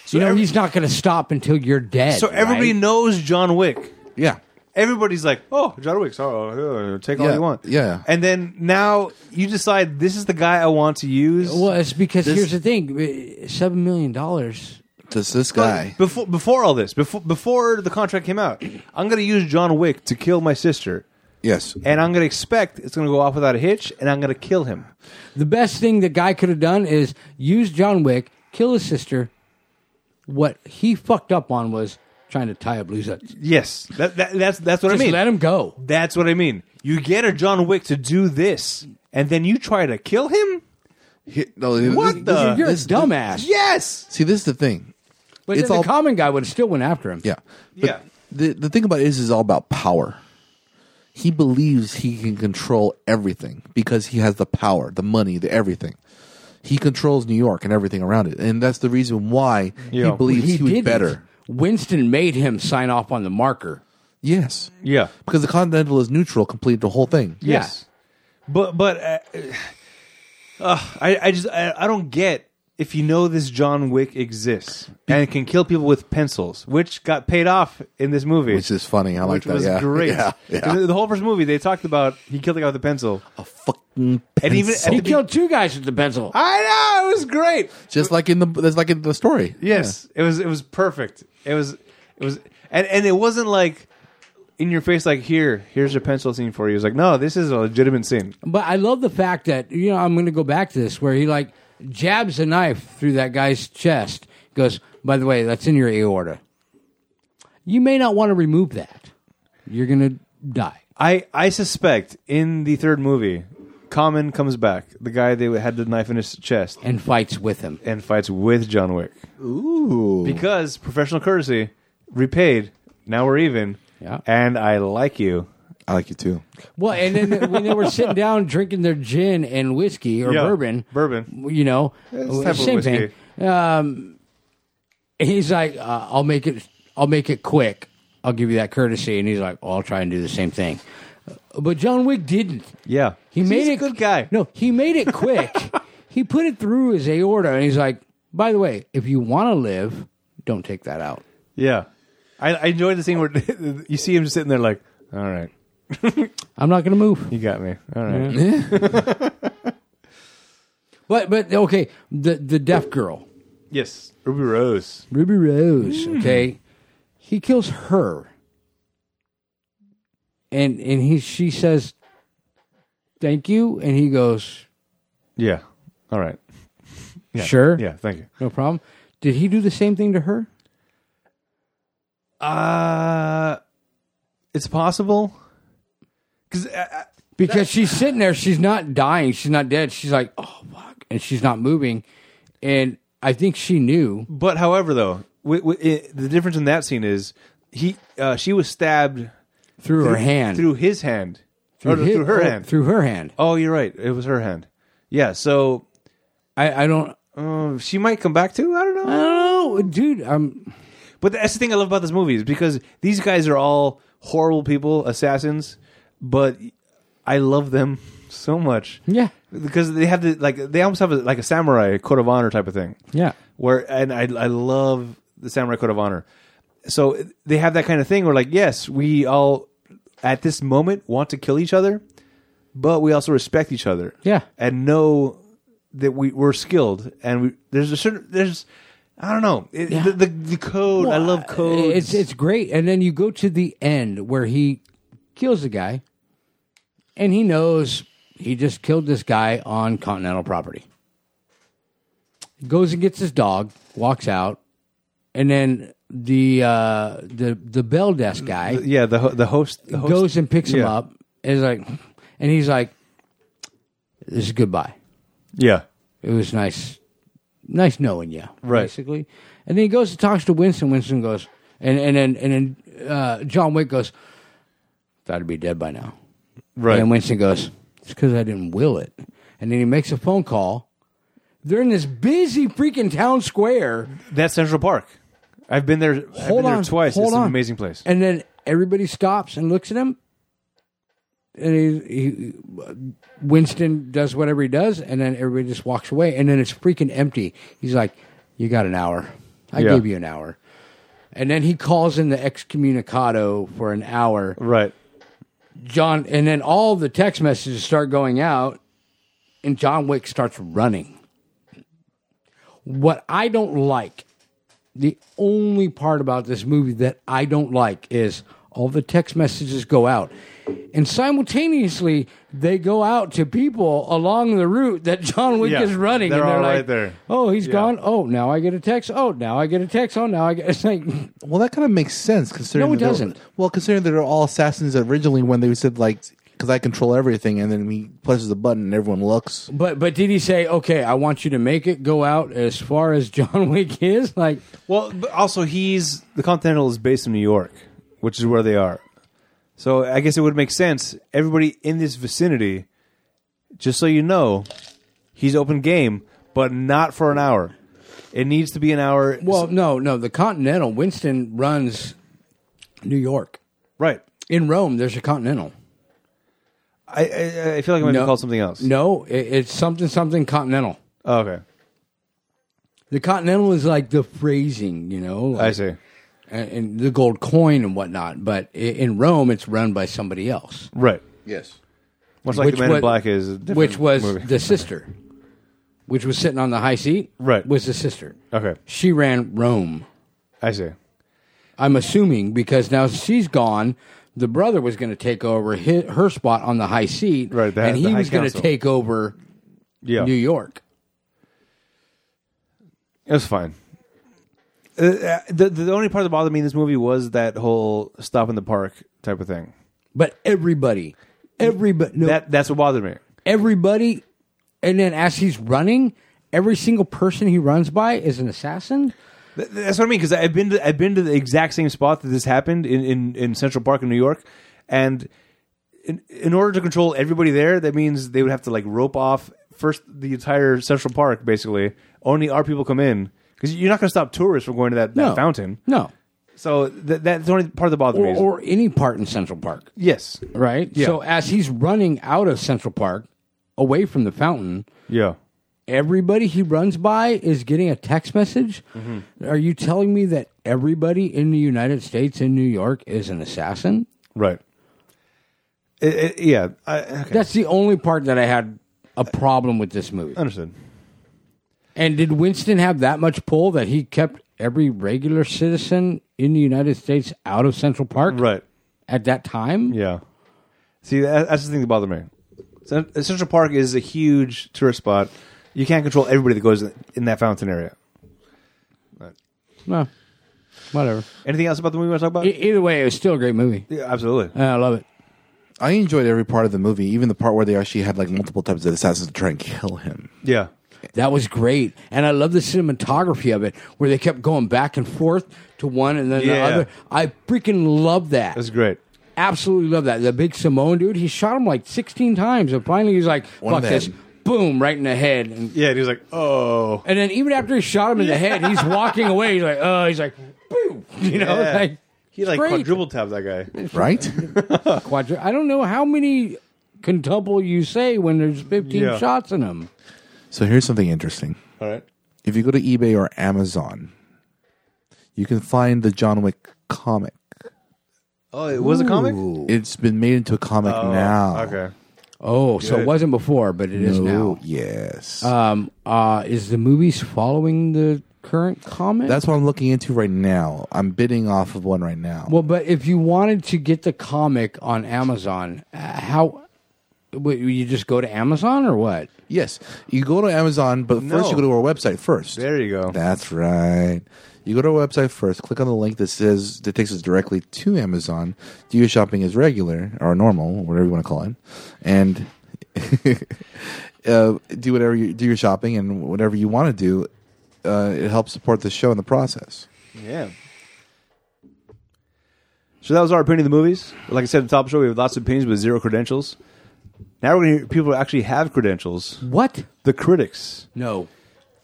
Speaker 1: So
Speaker 3: you know
Speaker 1: every-
Speaker 3: he's not going to stop until you're dead."
Speaker 1: so everybody
Speaker 3: right?
Speaker 1: knows John Wick.
Speaker 4: Yeah,
Speaker 1: Everybody's like, "Oh, John Wick, sorry, uh, take all
Speaker 4: Yeah,
Speaker 1: you want."
Speaker 4: yeah.
Speaker 1: And then now you decide this is the guy I want to use.
Speaker 3: Well, it's because here's the thing: eh, seven million dollars.
Speaker 4: this this
Speaker 1: But
Speaker 4: guy.
Speaker 1: Before before all this, before before the contract came out, I'm going to use John Wick to kill my sister.
Speaker 4: Yes,
Speaker 1: and I'm gonna expect it's gonna go off without a hitch, and I'm gonna kill him.
Speaker 3: The best thing the guy could have done is use John Wick, kill his sister. What he fucked up on was trying to tie up loose ends.
Speaker 1: Yes, that, that, that's that's what
Speaker 3: Just
Speaker 1: I mean.
Speaker 3: let him go.
Speaker 1: That's what I mean. You get a John Wick to do this, and then you try to kill him.
Speaker 4: He- no, this-
Speaker 1: What the-
Speaker 4: this-
Speaker 3: You're a
Speaker 4: this-
Speaker 3: dumbass.
Speaker 1: Yes.
Speaker 4: See, this is the thing.
Speaker 3: But
Speaker 4: It's
Speaker 3: then
Speaker 4: all-
Speaker 3: the common guy would have still went after him.
Speaker 4: Yeah.
Speaker 1: Yeah.
Speaker 4: The the thing about it is is all about power. He believes he can control everything because he has the power, the money, the everything. He controls New York and everything around it, and that's the reason why
Speaker 1: Yeah.
Speaker 4: he believes he, was
Speaker 3: didn't.
Speaker 4: better.
Speaker 3: Winston made him sign off on the marker.
Speaker 4: Yes,
Speaker 1: Yeah.
Speaker 4: because the Continental is neutral, completed the whole thing.
Speaker 1: Yes. But but uh, uh, I I just I, I don't get if you know this John Wick exists and can kill people with pencils, which got paid off in this movie.
Speaker 4: Which is funny. I like
Speaker 1: which
Speaker 4: that.
Speaker 1: was
Speaker 4: yeah.
Speaker 1: great.
Speaker 4: Yeah. yeah.
Speaker 1: The, the whole first movie they talked about he killed the guy with a pencil.
Speaker 4: A fucking pencil.
Speaker 1: And even at
Speaker 3: He
Speaker 1: the
Speaker 3: killed two guys with the pencil.
Speaker 1: I know it was great.
Speaker 4: just like in the that's like in the story.
Speaker 1: Yes, it was. It was perfect. It was. It was, and and it wasn't like in your face. Like here, here's your pencil scene for you. It was like, no, this is a legitimate scene.
Speaker 3: But I love the fact that, you know, I'm going to go back to this where he like jabs a knife through that guy's chest. Goes, by the way, that's in your aorta. You may not want to remove that. You're going to die.
Speaker 1: I I suspect in the third movie, Common comes back, the guy that had the knife in his chest,
Speaker 3: And fights with him.
Speaker 1: and fights with John Wick
Speaker 4: Ooh.
Speaker 1: because professional courtesy repaid. Now we're even.
Speaker 3: Yeah.
Speaker 1: And I like you.
Speaker 4: I like you too.
Speaker 3: Well, and then when they were sitting down drinking their gin and whiskey or
Speaker 1: Yeah,
Speaker 3: bourbon,
Speaker 1: bourbon.
Speaker 3: you know,
Speaker 1: type of
Speaker 3: same
Speaker 1: whiskey.
Speaker 3: thing. Um, he's like, uh, "I'll make it. I'll make it quick. I'll give you that courtesy." And he's like, well, "I'll try and do the same thing." Uh, But John Wick didn't.
Speaker 1: Yeah.
Speaker 3: He
Speaker 1: He's
Speaker 3: made
Speaker 1: a
Speaker 3: it
Speaker 1: good guy.
Speaker 3: No, he made it quick. he put it through his aorta, and he's like, By the way, if you want to live, don't take that out.
Speaker 1: Yeah, I, I enjoyed the scene where you see him just sitting there like, all right,
Speaker 3: I'm not going to move.
Speaker 1: you got me. All right.
Speaker 3: But but okay, the the deaf girl,
Speaker 1: Yes, Ruby Rose.
Speaker 3: Ruby Rose. Okay, he kills her, and and he she says, "Thank you," and he goes,
Speaker 1: Yeah. All right. Yeah.
Speaker 3: "Sure,
Speaker 1: Yeah. Thank you.
Speaker 3: no problem." Did he do the same thing to her?
Speaker 1: Uh it's possible. uh, Because I,
Speaker 3: Because she's sitting there, she's not dying, she's not dead. She's like, "Oh fuck," and she's not moving, and I think she knew.
Speaker 1: But however, though, wi wi it, the difference in that scene is he uh, she was stabbed
Speaker 3: Through, her hand,
Speaker 1: through his hand, Or
Speaker 3: his-
Speaker 1: through her
Speaker 3: oh,
Speaker 1: hand.
Speaker 3: through her hand.
Speaker 1: oh, you're right. It was her hand. Yeah. So
Speaker 3: I, I don't,
Speaker 1: um, she might come back too. I don't
Speaker 3: I
Speaker 1: know.
Speaker 3: don't know, dude. I'm
Speaker 1: But that's the thing I love about this movie is because these guys are all horrible people, assassins. But I love them so much.
Speaker 3: Yeah.
Speaker 1: Because they have the like they almost have a, like a samurai code of honor type of thing.
Speaker 3: yeah.
Speaker 1: where and I I love the Samurai Code of Honor. So they have that kind of thing where like, yes, we all at this moment want to kill each other, but we also respect each other.
Speaker 3: Yeah.
Speaker 1: And know that we, we're skilled and we there's a certain there's I don't know. It, the, the the code. I love codes.
Speaker 3: uh, It's it's great. And then you go to the end where he kills the guy, and he knows he just killed this guy on continental property. Goes and gets his dog, walks out, and then the uh, the the bell desk guy
Speaker 1: yeah, the ho- the host, the host
Speaker 3: goes and picks him
Speaker 1: yeah.
Speaker 3: up. And is like, and he's like, "This is goodbye.
Speaker 1: Yeah.
Speaker 3: It was nice, nice knowing you."
Speaker 1: Right.
Speaker 3: Basically, and then he goes and talks to Winston. Winston goes, and and then and then uh, John Wick goes, "Thought I'd be dead by now."
Speaker 1: Right.
Speaker 3: And Winston goes, "It's because I didn't will it." And then he makes a phone call. They're in this busy freaking town square.
Speaker 1: That's Central Park. I've been there I've been
Speaker 3: Hold
Speaker 1: there
Speaker 3: on,
Speaker 1: twice.
Speaker 3: hold
Speaker 1: it's
Speaker 3: on.
Speaker 1: an amazing place.
Speaker 3: And then everybody stops and looks at him. And he, he, Winston does whatever he does, and then everybody just walks away. And then it's freaking empty. He's like, "You got an hour. I
Speaker 1: Yeah.
Speaker 3: gave you an hour." And then he calls in the excommunicado for an hour.
Speaker 1: right.
Speaker 3: John, and then all the text messages start going out, and John Wick starts running. What I don't like, the only part about this movie that I don't like is all the text messages go out, and simultaneously they go out to people along the route that John Wick
Speaker 1: Yeah,
Speaker 3: is running.
Speaker 1: they're
Speaker 3: and they're
Speaker 1: all
Speaker 3: like,
Speaker 1: right there.
Speaker 3: Oh, he's
Speaker 1: Yeah.
Speaker 3: gone. Oh, now I get a text. Oh, now I get a text. Oh, now I get. It's like,
Speaker 4: Well, that kind of makes sense considering.
Speaker 3: No, it
Speaker 4: that they're-
Speaker 3: doesn't.
Speaker 4: Well, considering that they're all assassins originally when they said like, "Because I control everything," and then he presses the button and everyone looks.
Speaker 3: but but did he say, okay, I want you to make it go out as far as John Wick is? Like,
Speaker 1: Well, but also he's the Continental is based in New York, which is where they are. So I guess it would make sense. Everybody in this vicinity, just so you know, he's open game, but not for an hour. It needs to be an hour.
Speaker 3: Well, no, no. The Continental. Winston runs New York.
Speaker 1: right.
Speaker 3: In Rome, there's a Continental.
Speaker 1: I I, I feel like I might
Speaker 3: No.
Speaker 1: be called something else.
Speaker 3: No, it, it's something something Continental.
Speaker 1: Oh, okay,
Speaker 3: The Continental is like the phrasing, you know,
Speaker 1: I
Speaker 3: like,
Speaker 1: see.
Speaker 3: and, and the gold coin and whatnot. But i- in Rome, it's run by somebody else,
Speaker 1: Right.
Speaker 4: Yes.
Speaker 1: Much like
Speaker 3: Which
Speaker 1: the Man
Speaker 3: wa-
Speaker 1: in Black is, a different
Speaker 3: which was
Speaker 1: movie.
Speaker 3: the sister, which was sitting on the high seat.
Speaker 1: Right.
Speaker 3: was the sister.
Speaker 1: okay.
Speaker 3: She ran Rome.
Speaker 1: I see.
Speaker 3: I'm assuming because now she's gone. The brother was going to take over hi her spot on the high seat,
Speaker 1: Right, the-
Speaker 3: and he
Speaker 1: the high
Speaker 3: was going to
Speaker 1: council.
Speaker 3: take over
Speaker 1: Yeah,
Speaker 3: New York.
Speaker 1: it was fine. Uh, Uh, the the only part that bothered me in this movie was that whole stop in the park type of thing.
Speaker 3: But everybody, everybody, no,
Speaker 1: That that's what bothered me.
Speaker 3: everybody, and then as he's running, every single person he runs by is an assassin.
Speaker 1: Th- That's what I mean because I've been to, I've been to the exact same spot that this happened in, in, in Central Park in New York, and in, in order to control everybody there, that means they would have to like rope off first the entire Central Park basically. Only our people come in because you're not going to stop tourists from going to that, that
Speaker 3: No.
Speaker 1: fountain.
Speaker 3: no,
Speaker 1: So th- that's the only part that bothered
Speaker 3: or,
Speaker 1: me.
Speaker 3: or any part in Central Park,
Speaker 1: yes,
Speaker 3: right? So as he's running out of Central Park, away from the fountain,
Speaker 1: yeah,
Speaker 3: everybody he runs by is getting a text message?
Speaker 1: Mm-hmm.
Speaker 3: Are you telling me that everybody in the United States in New York is an assassin?
Speaker 1: Right. It- it- yeah. I, okay.
Speaker 3: That's the only part that I had a problem with this movie.
Speaker 1: Understood.
Speaker 3: And did Winston have that much pull that he kept every regular citizen in the United States out of Central Park
Speaker 1: Right.
Speaker 3: at that time?
Speaker 1: Yeah. See, that, that's the thing that bothered me. Cent- Central Park is a huge tourist spot. You can't control everybody that goes in- in that fountain area.
Speaker 3: No. Whatever.
Speaker 1: Anything else about the movie you want to talk about?
Speaker 3: E- either way, it was still a great movie. Uh,
Speaker 1: yeah, absolutely.
Speaker 3: I love it.
Speaker 4: I enjoyed every part of the movie, even the part where they actually had like multiple types of assassins to try and kill him.
Speaker 1: Yeah.
Speaker 3: That was great. And I love the cinematography of it where they kept going back and forth to one and then
Speaker 1: Yeah.
Speaker 3: the other. I freaking love that.
Speaker 1: That's great.
Speaker 3: Absolutely love that. The big Simone dude, he shot him like 16 times. And finally, he's like,
Speaker 4: One
Speaker 3: fuck
Speaker 4: of
Speaker 3: this.
Speaker 4: them.
Speaker 3: Boom, right in the head. And
Speaker 1: Yeah, and he was like, oh.
Speaker 3: And then even after he shot him in the head, he's walking away. He's like, oh, he's like, boom. You know,
Speaker 1: Yeah.
Speaker 3: like
Speaker 1: He like
Speaker 3: great.
Speaker 1: quadruple tapped that guy.
Speaker 4: Right?
Speaker 3: quadru- I don't know how many quintuple you say when there's 15
Speaker 1: Yeah.
Speaker 3: shots in him.
Speaker 4: so here's something interesting.
Speaker 1: All right.
Speaker 4: If you go to eBay or Amazon, you can find the John Wick comic.
Speaker 1: Oh, it was a comic? Oh,
Speaker 4: It's been made into a comic now.
Speaker 1: Okay.
Speaker 3: Oh, so it
Speaker 1: Good.
Speaker 3: wasn't before, but it is
Speaker 4: No,
Speaker 3: now.
Speaker 4: Oh, yes.
Speaker 3: Um, uh, is the movies following the current comic?
Speaker 4: That's what I'm looking into right now. I'm bidding off of one right now.
Speaker 3: well, but if you wanted to get the comic on Amazon, uh, how wait, you just go to Amazon or what?
Speaker 4: yes, you go to Amazon, but first you
Speaker 1: No.
Speaker 4: go to our website first.
Speaker 1: There you go.
Speaker 4: That's right. You go to our website first, click on the link that says that takes us directly to Amazon. Do your shopping as regular or normal, whatever you want to call it, and uh, do whatever you do your shopping and whatever you want to do. Uh, it helps support the show in the process.
Speaker 1: Yeah. So that was our opinion of the movies. Like I said at the top of the show, we have lots of opinions but zero credentials. Now we're going to hear people who actually have credentials.
Speaker 3: What?
Speaker 1: The critics.
Speaker 3: No,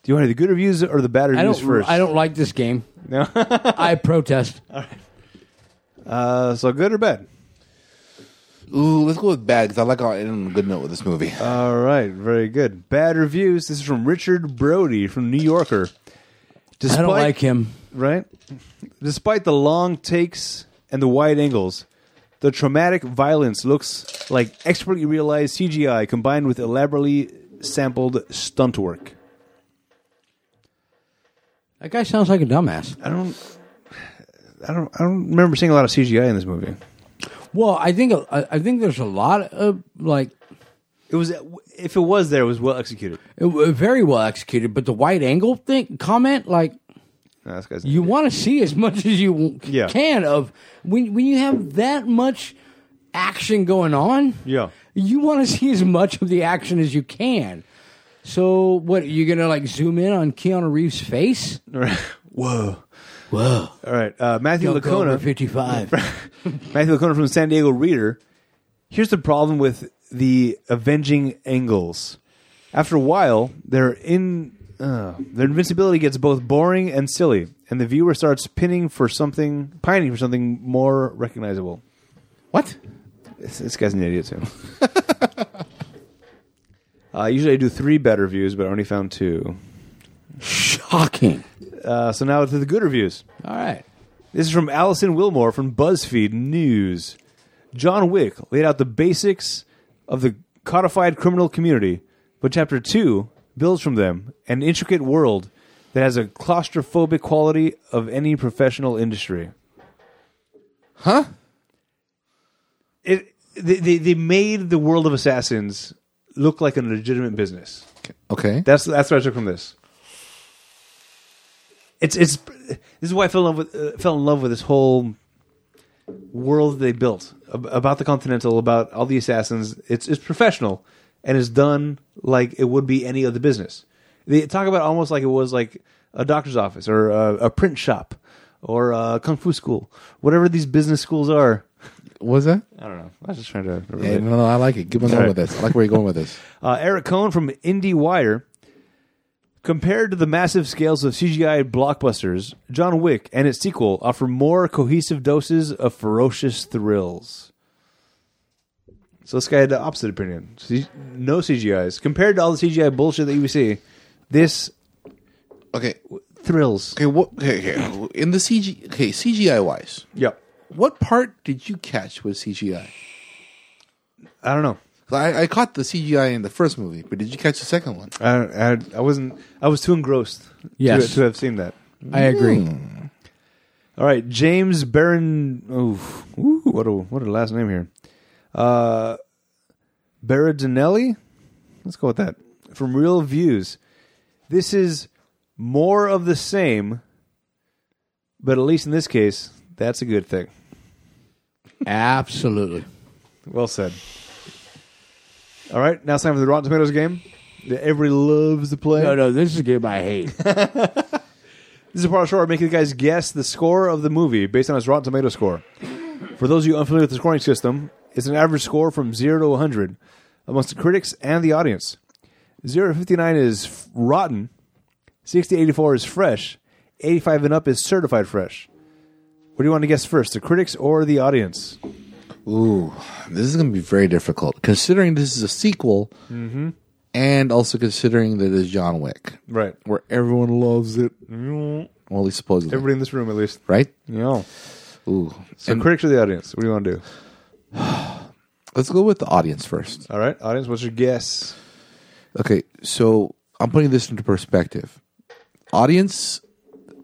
Speaker 1: Do you want to hear the good reviews or the bad
Speaker 3: I
Speaker 1: reviews
Speaker 3: don't.
Speaker 1: first?
Speaker 3: I don't like this game.
Speaker 1: No.
Speaker 3: I protest.
Speaker 1: Uh, so good or bad?
Speaker 4: Ooh, let's go with bad because I like all, I ended on a good note with this movie.
Speaker 1: All right, very good. Bad reviews. This is from Richard Brody from New Yorker. Despite,
Speaker 3: I don't like him.
Speaker 1: Right? Despite the long takes and the wide angles, the traumatic violence looks like expertly realized CGI combined with elaborately sampled stunt work.
Speaker 3: That guy sounds like a dumbass.
Speaker 1: I don't. I don't. I don't remember seeing a lot of CGI in this movie.
Speaker 3: Well, I think uh, I I think there's a lot of like
Speaker 1: It was if it was there, it was well executed.
Speaker 3: it w- very well executed, but the wide angle thing comment like
Speaker 1: No, this guy's
Speaker 3: you want to see as much as you w-
Speaker 1: Yeah.
Speaker 3: can of when when you have that much action going on.
Speaker 1: Yeah.
Speaker 3: you want to see as much of the action as you can. So what you gonna like zoom in on Keanu Reeves' face?
Speaker 1: whoa.
Speaker 3: Whoa,
Speaker 1: All right, uh, Matthew
Speaker 3: don't go over
Speaker 1: Lacona.
Speaker 3: fifty five.
Speaker 1: Matthew O'Connor from San Diego Reader. Here's the problem with the avenging angles. After a while, their in uh, their invincibility gets both boring and silly, and the viewer starts pinning for something, pining for something more recognizable.
Speaker 4: What?
Speaker 1: This, this guy's an idiot too. uh, usually, I do three bad reviews, but I only found two.
Speaker 3: Shocking.
Speaker 1: Uh, so now to the good reviews.
Speaker 3: All right.
Speaker 1: This is from Allison Wilmore from BuzzFeed News. John Wick laid out the basics of the codified criminal community, but Chapter 2 builds from them an intricate world that has a claustrophobic quality of any professional industry.
Speaker 4: Huh?
Speaker 1: It, they, they, they made the world of assassins look like a legitimate business.
Speaker 4: Okay.
Speaker 1: That's that's what I took from this. It's it's this is why I fell in love with uh, fell in love with this whole world they built ab- about the Continental, about all the assassins. It's it's professional and it's done like it would be any other business. They talk about it almost like it was like a doctor's office or a, a print shop or a kung fu school, whatever these business schools are.
Speaker 4: What was that?
Speaker 1: I don't know. I was just trying to.
Speaker 4: Yeah, no, no, I like it. Keep on going
Speaker 1: All right.
Speaker 4: with this. I like where you're going with this.
Speaker 1: Uh, Eric Cohn from IndieWire. Compared to the massive scales of CGI blockbusters, John Wick and its sequel offer more cohesive doses of ferocious thrills. So this guy had the opposite opinion. C- no CGIs. Compared to all the CGI bullshit that you see, This
Speaker 4: Okay.
Speaker 1: thrills.
Speaker 4: Okay. What? Okay, okay. In the CG. Okay. CGI wise,
Speaker 1: Yep.
Speaker 4: what part did you catch was CGI?
Speaker 1: I don't know.
Speaker 4: 'Cause I, I caught the CGI in the first movie, but did you catch the second one?
Speaker 1: I don't- I, I wasn't. I was too engrossed.
Speaker 3: Yes.
Speaker 1: To, to have seen that.
Speaker 3: I agree.
Speaker 1: All right, James Baron. Oof, ooh, what a what a last name here. Uh, Berardinelli. Let's go with that. From Real Views, this is more of the same, but at least in this case, that's a good thing.
Speaker 3: Absolutely.
Speaker 1: Well said. All right, now it's time for the Rotten Tomatoes game that everybody loves to play.
Speaker 3: No, no, this is a game I hate.
Speaker 1: This is a part of the show where I make you guys guess the score of the movie based on its Rotten Tomato score. For those of you unfamiliar with the scoring system, it's an average score from 0 to 100 amongst the critics and the audience. 0 to 59 is f- rotten, 60 to 84 is fresh, 85 and up is certified fresh. What do you want to guess first, the critics or the audience?
Speaker 4: Ooh, this is going to be very difficult considering this is a sequel, and also considering that it's John Wick,
Speaker 1: Right.
Speaker 4: where everyone loves it. Well, at least supposedly,
Speaker 1: Everybody in this room, at least.
Speaker 4: right?
Speaker 1: Yeah.
Speaker 4: Ooh,
Speaker 1: So, critics or the audience? What do you want to do?
Speaker 4: let's go with the audience first.
Speaker 1: All right, audience, what's your guess?
Speaker 4: Okay, so I'm putting this into perspective. Audience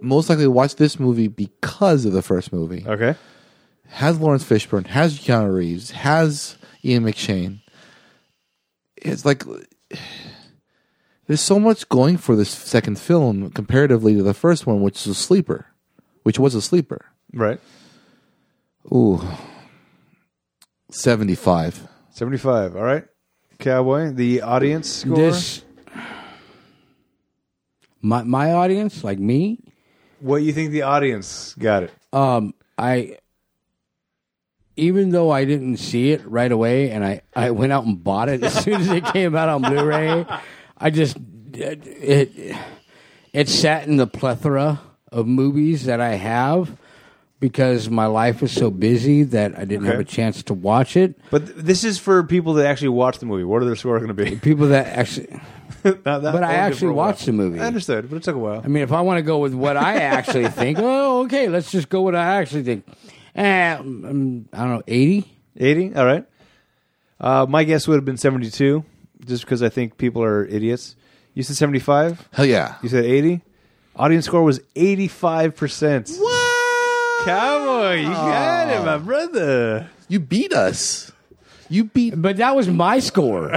Speaker 4: most likely watched this movie because of the first movie.
Speaker 1: Okay.
Speaker 4: Has Lawrence Fishburne, has Keanu Reeves, has Ian McShane. It's like there's so much going for this second film comparatively to the first one, which is a sleeper, which was a sleeper.
Speaker 1: Right.
Speaker 4: Ooh, seventy-five.
Speaker 1: 75. All right. Cowboy, the audience score.
Speaker 3: This my my audience, like me,
Speaker 1: What you think the audience got it?
Speaker 3: um, I even though I didn't see it right away, and I I went out and bought it as soon as it came out on Blu-ray. I just it it, it sat in the plethora of movies that I have. Because my life was so busy that I didn't have
Speaker 1: Okay.
Speaker 3: a chance to watch it.
Speaker 1: But th- this is for people that actually watch the movie. What are their score going to be?
Speaker 3: People that actually,
Speaker 1: Not that
Speaker 3: but I
Speaker 1: only for
Speaker 3: actually
Speaker 1: a while.
Speaker 3: watched the movie.
Speaker 1: I understood, but it took a while.
Speaker 3: I mean, if I want to go with what I actually think, oh, okay, let's just go what I actually think. Eh, um, I don't know, 80?
Speaker 1: 80? All right. Uh, my guess would have been 72, just because I think people are idiots. You said 75?
Speaker 4: Hell yeah!
Speaker 1: You said 80? Audience score was 85%. Cowboy, you got it, my brother.
Speaker 4: You beat us. You beat.
Speaker 3: But that was my score.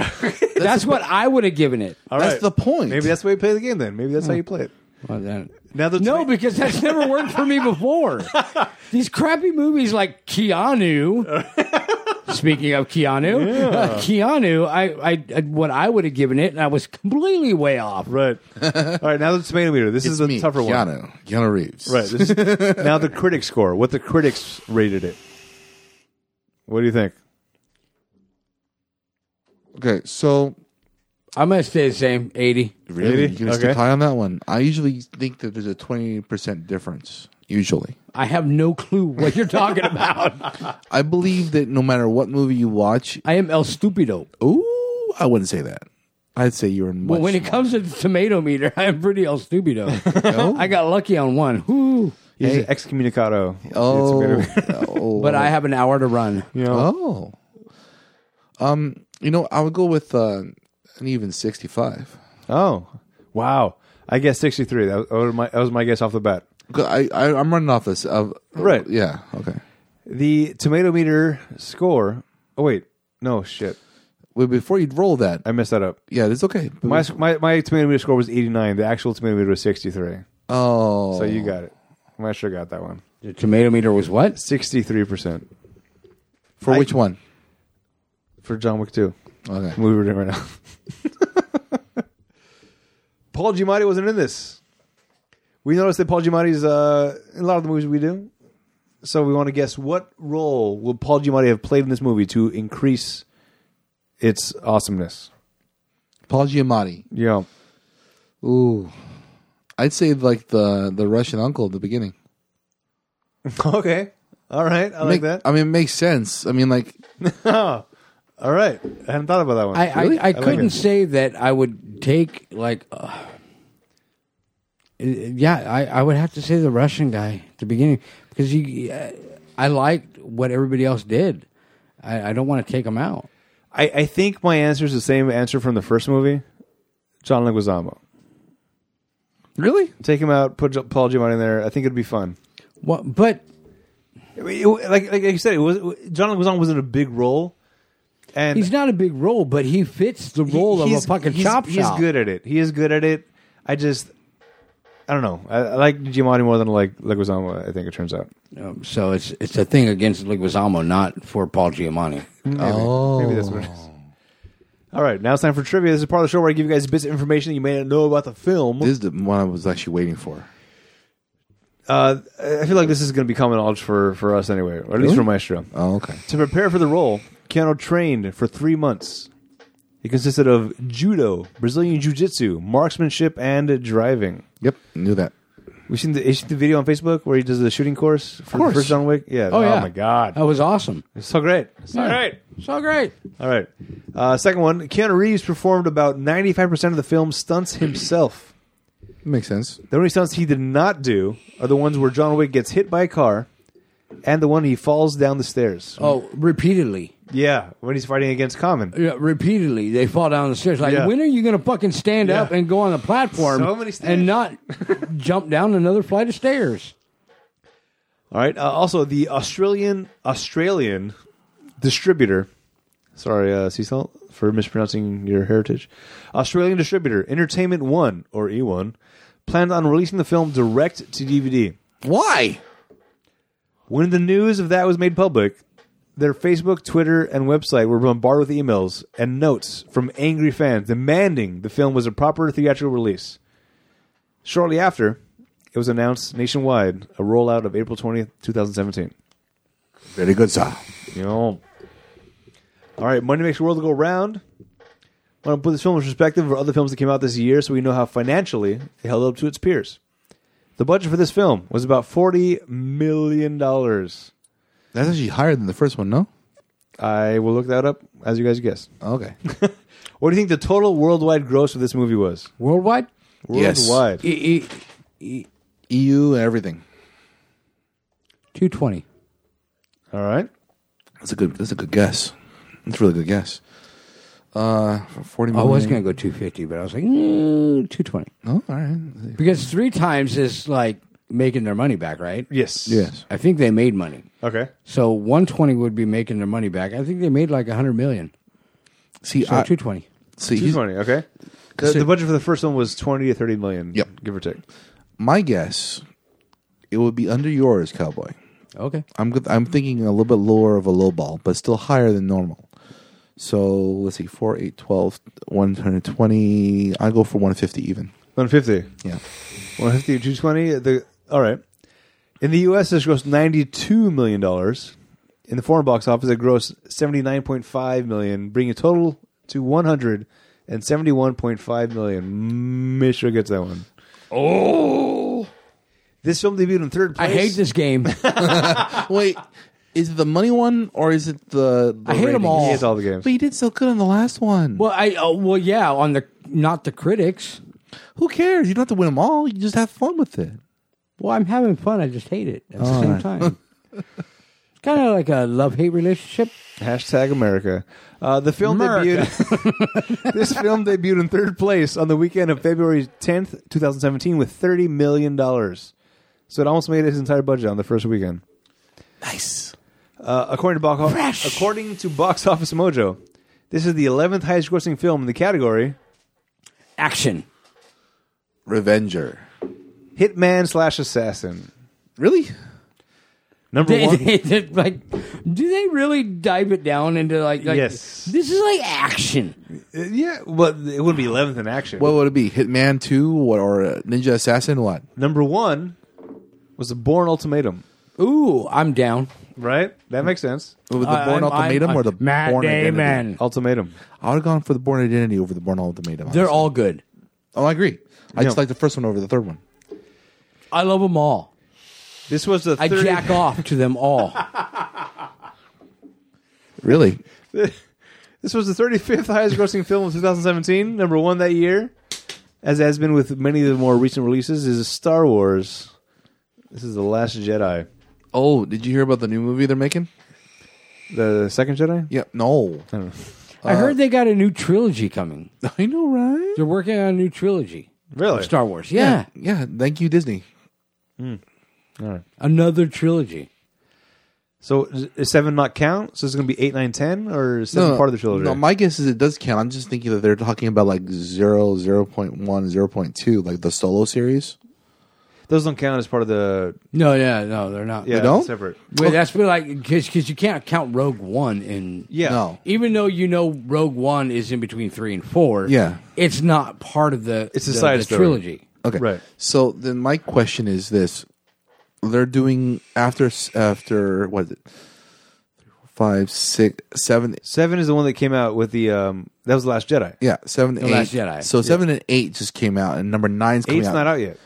Speaker 3: that's what I would have given it.
Speaker 1: All right.
Speaker 4: That's the point.
Speaker 1: Maybe that's the way you play the game then. Maybe that's how you play it.
Speaker 3: Well, then-
Speaker 1: Now the
Speaker 3: Hmm. No,
Speaker 1: toma-
Speaker 3: because that's never worked for me before. These crappy movies like Keanu. Speaking of Keanu, uh, Keanu, I, I, I- what I would have given it, and I was completely way off.
Speaker 1: Right. All right, now the tomato meter. This is the
Speaker 4: me,
Speaker 1: tougher one.
Speaker 4: Keanu, Keanu Reeves.
Speaker 1: Right. This is, now the critic score. What the critics rated it. What do you think?
Speaker 4: Okay, so
Speaker 3: I'm gonna stay the same, eighty.
Speaker 4: really,
Speaker 1: Eighty?
Speaker 4: you're gonna
Speaker 1: Okay.
Speaker 4: stick high on that one. I usually think that there's a twenty percent difference. Usually,
Speaker 3: I have no clue what you're talking about.
Speaker 4: I believe that no matter what movie you watch,
Speaker 3: I am El Stupido.
Speaker 4: ooh, I wouldn't say that. I'd say you're in.
Speaker 3: But
Speaker 4: Much
Speaker 3: when it comes to the tomato meter, I'm pretty El Stupido. I got lucky on one. Whoo.
Speaker 1: He's
Speaker 4: Hey.
Speaker 1: excommunicado.
Speaker 4: oh,
Speaker 1: It's a bit of-
Speaker 4: oh,
Speaker 3: But I have an hour to run.
Speaker 1: you know,
Speaker 4: oh, um, you know, I would go with uh, an even sixty-five.
Speaker 1: oh. wow. I guess 63. That was, my, that was my guess off the bat.
Speaker 4: 'Cause I, I I'm running off this. Uh,
Speaker 1: Right.
Speaker 4: Yeah. Okay.
Speaker 1: The tomato meter score. Oh, wait. No, shit.
Speaker 4: Well, before you roll that,
Speaker 1: I messed that up.
Speaker 4: yeah, that's okay.
Speaker 1: My, my, my tomato meter score was 89. The actual tomato meter was 63.
Speaker 4: oh,
Speaker 1: So you got it. I sure got that one.
Speaker 3: The tomato meter was what?
Speaker 1: 63%
Speaker 4: for which one?
Speaker 1: for John Wick 2.
Speaker 4: Okay.
Speaker 1: movie we're doing right now. Paul Giamatti wasn't in this. We noticed that Paul Giamatti's uh, in a lot of the movies we do. So we want to guess what role will Paul Giamatti have played in this movie to increase its awesomeness?
Speaker 4: Paul Giamatti.
Speaker 1: Yeah.
Speaker 4: Ooh, I'd say like the the Russian uncle at the beginning.
Speaker 1: okay. All right. I like
Speaker 4: Make-
Speaker 1: that.
Speaker 4: I mean, it makes sense. I mean, like
Speaker 1: All right. I hadn't thought about that one.
Speaker 3: I,
Speaker 1: Really?
Speaker 3: I, I
Speaker 1: like
Speaker 3: couldn't
Speaker 1: it.
Speaker 3: say that I would take, like, uh, Uh, yeah, I, I would have to say the Russian guy at the beginning because he, uh, I liked what everybody else did. I, I don't want to take him out.
Speaker 1: I, I think my answer is the same answer from the first movie. John Leguizamo.
Speaker 4: Really?
Speaker 1: Take him out. Put J- Paul Giamatti in there. I think it'd be fun.
Speaker 3: What, but
Speaker 1: I mean, it- like like you said, it was John Leguizamo was in a big role, and
Speaker 3: he's not a big role, but he fits the
Speaker 1: he-
Speaker 3: role of
Speaker 1: he's-
Speaker 3: a fucking
Speaker 1: he's,
Speaker 3: chop
Speaker 1: He's
Speaker 3: shop.
Speaker 1: good at it. He is good at it. I just, I don't know. I, I like Giamatti more than I like Leguizamo. I think it turns out.
Speaker 3: Um, so it's it's a thing against Leguizamo, not for Paul Giamatti.
Speaker 1: Mm-hmm.
Speaker 4: Oh,
Speaker 1: Maybe that's what it is. All right, now it's time for trivia. This is part of the show where I give you guys bits of information that you may not know about the film.
Speaker 4: this is the one I was actually waiting for.
Speaker 1: Uh, I feel like this is going to be common knowledge for, for us anyway, or at least for Maestro.
Speaker 4: Oh, okay.
Speaker 1: To prepare for the role, Keanu trained for three months. It consisted of judo, Brazilian jiu-jitsu, marksmanship, and driving.
Speaker 4: Yep, knew that.
Speaker 1: We've seen the, you seen the video on Facebook where he does the shooting course for the
Speaker 4: course.
Speaker 1: first John Wick. Yeah.
Speaker 3: Oh, yeah.
Speaker 1: my God.
Speaker 3: That was awesome.
Speaker 1: It's so great. It's so
Speaker 3: Yeah.
Speaker 1: great.
Speaker 3: So great.
Speaker 1: All right. Uh, second one. Keanu Reeves performed about 95% of the film's stunts himself.
Speaker 4: Makes sense.
Speaker 1: The only stunts he did not do are the ones where John Wick gets hit by a car and the one he falls down the stairs.
Speaker 3: Oh, repeatedly.
Speaker 1: Yeah, when he's fighting against Common.
Speaker 3: Yeah, repeatedly. They fall down the stairs. Like,
Speaker 1: Yeah.
Speaker 3: when are you going to fucking stand
Speaker 1: Yeah.
Speaker 3: up and go on the platform
Speaker 1: So many stairs.
Speaker 3: and not jump down another flight of stairs?
Speaker 1: All right. Uh, also, the Australian Australian distributor. Sorry, uh, Sea Salt, for mispronouncing your heritage. Australian distributor Entertainment One or E1 planned on releasing the film direct to DVD.
Speaker 4: Why?
Speaker 1: When the news of that was made public, their Facebook, Twitter, and website were bombarded with emails and notes from angry fans demanding the film was a proper theatrical release. Shortly after, it was announced nationwide a rollout of April 20th, 2017.
Speaker 4: Very good, sir.
Speaker 1: You know. All right, money makes the world go round. I want to put this film in perspective of other films that came out this year, so we know how financially it held up to its peers. The budget for this film was about forty million dollars.
Speaker 4: That's actually higher than the first one, no?
Speaker 1: I will look that up as you guys guess.
Speaker 4: Okay.
Speaker 1: What do you think the total worldwide gross for this movie was?
Speaker 3: Worldwide?
Speaker 4: Yes.
Speaker 1: Worldwide,
Speaker 3: E- e-
Speaker 4: EU and E everything.
Speaker 3: 220.
Speaker 1: all right.
Speaker 4: That's a good. That's a good guess. That's a really good guess. Uh, for forty
Speaker 3: I
Speaker 4: million.
Speaker 3: was going to go 250, but I was like, mm, 220.
Speaker 4: Oh, all right.
Speaker 3: Because three times is like making their money back, right?
Speaker 1: Yes.
Speaker 4: Yes.
Speaker 3: I think they made money.
Speaker 1: Okay.
Speaker 3: So 120 would be making their money back. I think they made like 100 million.
Speaker 4: See,
Speaker 3: So
Speaker 4: I,
Speaker 3: 220.
Speaker 4: see,
Speaker 1: Two
Speaker 4: he's,
Speaker 1: twenty. Okay. The, the budget for the first one was twenty to thirty million.
Speaker 4: Yep.
Speaker 1: Give or take.
Speaker 4: my guess, it would be under yours, cowboy.
Speaker 3: Okay.
Speaker 4: I'm good- I'm thinking a little bit lower of a low ball, but still higher than normal. So let's see, four, eight, twelve, one hundred twenty. I go for one fifty even.
Speaker 1: One fifty.
Speaker 4: Yeah.
Speaker 1: 150 to 220 the all right in the us this grossed 92 million dollars in the foreign box office it grossed 79.5 million bringing a total to 171.5 million make sure gets that one. Oh, this film debuted in third
Speaker 3: Oh! I
Speaker 1: place
Speaker 3: hate this game.
Speaker 4: Wait, is it the money one or is it the? the
Speaker 3: I hate
Speaker 4: ratings?
Speaker 3: 'em all.
Speaker 1: he has all the games
Speaker 4: But you did so good on the last one.
Speaker 3: well, I oh, well yeah, on the not the critics.
Speaker 4: Who cares? You don't have to win them all. You just have fun with it.
Speaker 3: Well, I'm having fun. I just hate it at the same time. it's kind of like a love hate relationship.
Speaker 1: hashtag america uh, the film
Speaker 3: America.
Speaker 1: debuted this film debuted in third place on the weekend of february 10th 2017 with 30 million dollars so it almost made his entire budget on the first weekend
Speaker 4: Nice.
Speaker 1: Uh, according to box according to Box Office Mojo, this is the 11th highest-grossing film in the category
Speaker 3: Action.
Speaker 4: Revenger.
Speaker 1: Hitman slash Assassin.
Speaker 4: Really?
Speaker 1: Number
Speaker 3: They,
Speaker 1: one.
Speaker 3: they, they- like, do they really dive it down into like, like
Speaker 1: Yes.
Speaker 3: This is like action.
Speaker 1: Uh, yeah, but it wouldn't be 11th in action.
Speaker 4: What would it be? Hitman Two what, or uh, Ninja Assassin? What?
Speaker 1: number one was the Born Ultimatum.
Speaker 3: Ooh, I'm down.
Speaker 1: Right, that makes sense.
Speaker 4: With the
Speaker 3: I-
Speaker 4: Born
Speaker 3: I'm- I'm-
Speaker 4: Ultimatum or the
Speaker 3: I'm- Matt
Speaker 4: Born Identity?
Speaker 3: Damon.
Speaker 1: Ultimatum.
Speaker 4: I would have gone for the Born Identity over the Born Ultimatum.
Speaker 3: They're
Speaker 4: honestly.
Speaker 3: all good.
Speaker 4: Oh, I agree. I just
Speaker 1: Yeah.
Speaker 4: like the first one over the third one.
Speaker 3: I love them all.
Speaker 1: This was the
Speaker 3: I
Speaker 1: 30
Speaker 3: jack off to them all.
Speaker 4: Uh, Really?
Speaker 1: this was the 35th highest-grossing film of 2017. Number one that year. as has been with many of the more recent releases, is Star Wars. This is the Last Jedi,
Speaker 4: Oh, did you hear about the new movie they're making?
Speaker 1: the second Jedi.
Speaker 4: Yeah, no.
Speaker 3: I heard they got a new trilogy coming.
Speaker 4: I know, right?
Speaker 3: They're working on a new trilogy.
Speaker 1: Really?
Speaker 3: of Star Wars. Yeah.
Speaker 4: Oh, Yeah, thank you, Disney.
Speaker 3: Another trilogy.
Speaker 1: So is is seven not count? So it's going to be eight, nine, ten, or is seven part of the trilogy?
Speaker 4: No, my guess is it does count. I'm just thinking that they're talking about like 0, 0.1, 0.2, like the solo series.
Speaker 1: Those don't count as part of the.
Speaker 3: No, yeah, no, they're not.
Speaker 1: Yeah,
Speaker 4: They don't?
Speaker 1: separate.
Speaker 3: Well, that's been like because you can't count Rogue One in.
Speaker 1: Yeah.
Speaker 4: No.
Speaker 3: Even though you know Rogue One is in between three and four.
Speaker 4: Yeah.
Speaker 3: It's not part of the.
Speaker 1: It's a
Speaker 3: the-
Speaker 1: side
Speaker 3: the
Speaker 1: story.
Speaker 3: trilogy.
Speaker 4: Okay.
Speaker 1: Right.
Speaker 4: So then my question is this. They're doing after, s- after what is it? Five, six, seven.
Speaker 1: Seven is the one that came out with the. Um, that was the Last Jedi.
Speaker 4: Yeah, seven, and eight.
Speaker 3: Last Jedi.
Speaker 4: So seven and eight just came out, and number nine's coming
Speaker 1: Eight's
Speaker 4: out.
Speaker 1: not out yet.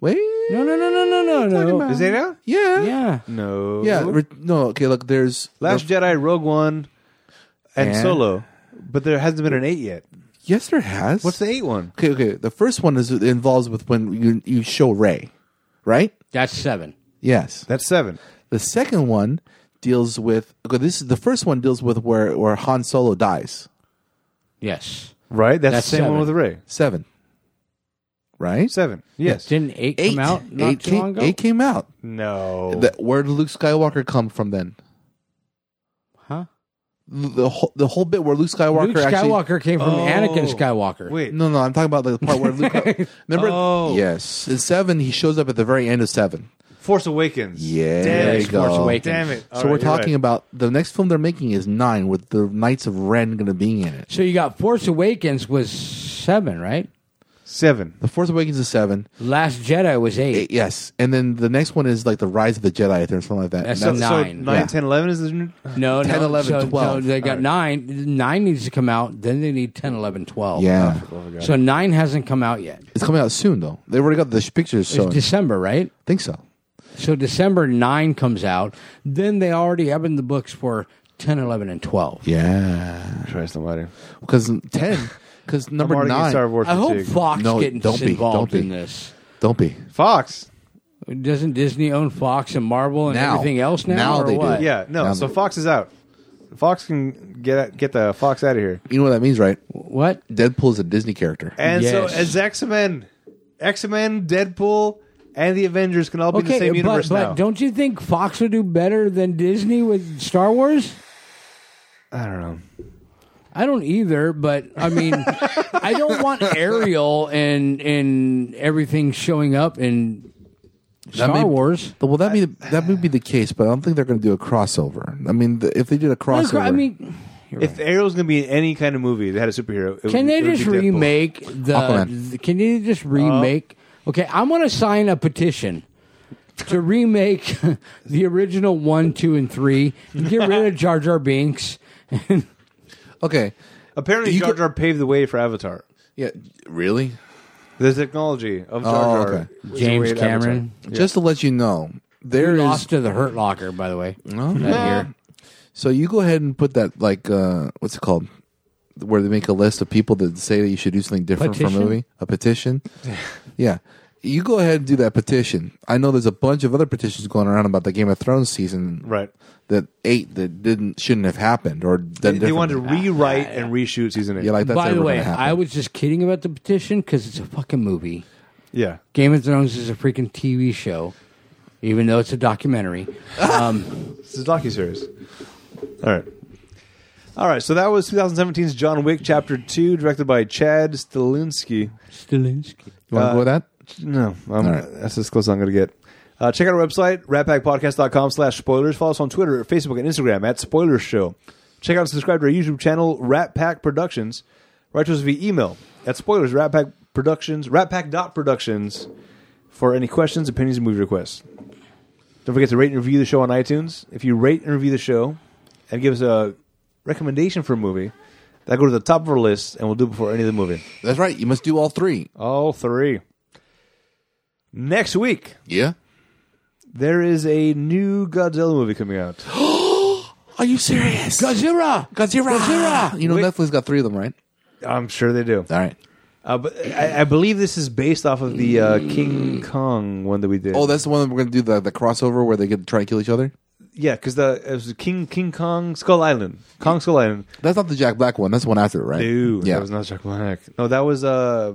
Speaker 4: Wait.
Speaker 3: No, no, no, no, no, no, no.
Speaker 1: Is it out?
Speaker 4: Yeah.
Speaker 3: Yeah.
Speaker 1: No.
Speaker 4: Yeah, re- no, okay, look, there's
Speaker 1: Last Jedi, Rogue One, and
Speaker 4: Yeah.
Speaker 1: Solo, but there hasn't been an eight yet.
Speaker 4: Yes, there has.
Speaker 1: What's the eight one?
Speaker 4: Okay, okay. The first one is it involves with when you you show Ray, right?
Speaker 3: That's seven.
Speaker 4: Yes.
Speaker 1: That's seven.
Speaker 4: The second one deals with okay, this is the first one deals with where where Han Solo dies.
Speaker 3: Yes.
Speaker 1: Right. That's,
Speaker 3: That's
Speaker 1: the same
Speaker 3: seven.
Speaker 1: one with the Ray.
Speaker 4: Seven. Right?
Speaker 1: Seven. Yes.
Speaker 3: Didn't eight,
Speaker 4: Eight
Speaker 3: come out not
Speaker 4: eight
Speaker 3: too
Speaker 4: came,
Speaker 3: long ago?
Speaker 4: Eight came out.
Speaker 1: No.
Speaker 4: That- where did Luke Skywalker come from then?
Speaker 3: huh?
Speaker 4: The whole, the whole bit where Luke Skywalker,
Speaker 3: Luke
Speaker 4: actually
Speaker 3: Skywalker came from
Speaker 1: Oh.
Speaker 3: Anakin Skywalker.
Speaker 1: Wait.
Speaker 4: No, no, I'm talking about the part where Luke Remember
Speaker 1: Oh.
Speaker 4: Yes. In 7 he shows up at the very end of 7.
Speaker 1: Force Awakens.
Speaker 4: Yeah,
Speaker 1: Damn
Speaker 4: there
Speaker 1: it.
Speaker 4: you go.
Speaker 3: Force Awakens.
Speaker 1: Damn it. All
Speaker 4: so we're
Speaker 1: right, you're
Speaker 4: talking
Speaker 1: right.
Speaker 4: about the next film they're making is nine with the Knights of Ren going to be in it.
Speaker 3: So you got Force Awakens was seven, right?
Speaker 1: seven.
Speaker 4: The Force Awakens is seven.
Speaker 3: Last Jedi was eight.
Speaker 4: Eight, yes, and then the next one is like the Rise of the Jedi or something like that.
Speaker 3: That's
Speaker 4: And
Speaker 3: a nine.
Speaker 1: So nine,
Speaker 4: Yeah.
Speaker 1: ten, eleven is the. new-
Speaker 3: No,
Speaker 4: 10,
Speaker 3: no,
Speaker 4: 11,
Speaker 3: so- so
Speaker 4: 12.
Speaker 3: they got nine. Nine needs to come out. Then they need 10, 11, 12.
Speaker 4: yeah,
Speaker 3: So nine hasn't come out yet.
Speaker 4: it's coming out soon though. They already got the sh- pictures.
Speaker 3: It's
Speaker 4: So I
Speaker 3: December, right?
Speaker 4: think so.
Speaker 3: So December 9 comes out. Then they already have in the books for 10, 11, and 12.
Speaker 4: Yeah,
Speaker 1: Try somebody.
Speaker 4: because ten, because number
Speaker 1: already getting
Speaker 4: nine.
Speaker 1: Star Wars
Speaker 3: I hope
Speaker 1: fatigue.
Speaker 3: Fox
Speaker 4: No,
Speaker 3: gets
Speaker 4: don't be,
Speaker 3: involved
Speaker 4: don't be.
Speaker 3: in this.
Speaker 4: Don't be.
Speaker 1: Fox.
Speaker 3: Doesn't Disney own Fox and Marvel and
Speaker 4: Now.
Speaker 3: everything else now?
Speaker 4: Now
Speaker 3: or
Speaker 4: they do.
Speaker 3: what?
Speaker 1: Yeah. No.
Speaker 4: Now-
Speaker 1: so Fox is out. Fox can get get the Fox out of here.
Speaker 4: You know what that means, right?
Speaker 3: What?
Speaker 4: Deadpool's a Disney character.
Speaker 1: And so
Speaker 3: Yes.
Speaker 1: as X Men, X Men, Deadpool, and the Avengers can all be in the
Speaker 3: Okay,
Speaker 1: same
Speaker 3: but,
Speaker 1: universe
Speaker 3: but
Speaker 1: now.
Speaker 3: don't you think Fox would do better than Disney with Star Wars?
Speaker 1: I don't know.
Speaker 3: I don't either, but I mean, I don't want Ariel and and everything showing up in Star
Speaker 4: may-
Speaker 3: Wars.
Speaker 4: well, that be that may be the case, but I don't think they're going to do a crossover. I mean, the, if they did a crossover,
Speaker 3: I mean, you're
Speaker 1: If
Speaker 3: right.
Speaker 1: Arrow's gonna be in any kind of movie that had a superhero, it
Speaker 3: can
Speaker 1: would,
Speaker 3: they
Speaker 1: it would
Speaker 3: just
Speaker 1: be Oh. Deadpool.
Speaker 3: remake the,
Speaker 4: Aquaman.
Speaker 3: the- Can they just remake? okay, I'm going to sign a petition to remake the original one, two, and three. And get rid of Jar Jar Binks.
Speaker 4: okay,
Speaker 1: Apparently,
Speaker 4: You
Speaker 1: Jar
Speaker 4: could-
Speaker 1: Jar paved the way for Avatar.
Speaker 4: yeah, really.
Speaker 1: The technology of Jar Jar.
Speaker 4: okay.
Speaker 1: was
Speaker 3: Oh, James
Speaker 1: the way to Avatar.
Speaker 3: Cameron.
Speaker 4: Just to let you know,
Speaker 3: Who
Speaker 4: there is
Speaker 3: lost to the Hurt Locker, by the way. that year.
Speaker 4: So you go ahead and put that like uh what's it called? Where they make a list of people that say that you should do something different for
Speaker 3: Petition?
Speaker 4: a movie. A petition. yeah. You go ahead and do that petition. I know there's a bunch of other petitions going around about the Game of Thrones season
Speaker 1: Right.
Speaker 4: that eight that didn't shouldn't have happened or
Speaker 1: They,
Speaker 4: done
Speaker 1: they wanted to
Speaker 4: differently.
Speaker 3: Ah,
Speaker 1: rewrite and reshoot season eight.
Speaker 4: yeah, like that's
Speaker 3: By
Speaker 4: ever
Speaker 3: the way,
Speaker 4: gonna happen.
Speaker 3: I was just kidding about the petition because it's a fucking movie.
Speaker 1: yeah.
Speaker 3: Game of Thrones is a freaking TV show, even though it's a documentary.
Speaker 1: It's a docu series. All right. All right, so that was 2017's John Wick Chapter 2, directed by Chad Stilinski.
Speaker 3: Stilinski.
Speaker 4: you want to
Speaker 1: uh,
Speaker 4: go with that?
Speaker 1: No, I'm,
Speaker 4: All right.
Speaker 1: that's as close as I'm going to get. Uh, check out our website, ratpackpodcast.com slash spoilers. Follow us on Twitter, Facebook, and Instagram at Spoilers Show. Check out and subscribe to our YouTube channel, Rat Pack Productions. Write to us via email at spoilers, ratpack productions, ratpack.productions for any questions, opinions, and movie requests. Don't forget to rate and review the show on iTunes. If you rate and review the show and give us a recommendation for a movie, that go to the top of our list and we'll do it before any of the movie.
Speaker 4: That's right. You must do all three.
Speaker 1: All three. Next week,
Speaker 4: Yeah.
Speaker 1: there is a new Godzilla movie coming out.
Speaker 4: Are you serious? Godzilla. Godzilla. Godzilla. You know
Speaker 1: Wait.
Speaker 4: Netflix got three of them, right?
Speaker 1: I'm sure they do.
Speaker 4: All right.
Speaker 1: Uh, but I, I believe this is based off of the uh, King Kong one that we did.
Speaker 4: Oh, that's the one that we're going to do the, the crossover where they get to try to kill each other.
Speaker 1: yeah, because the it was King King Kong Skull Island, Kong Skull Island.
Speaker 4: That's not the Jack Black one. That's the one after, it, right?
Speaker 1: No,
Speaker 4: yeah.
Speaker 1: that was not Jack Black. No, that was uh,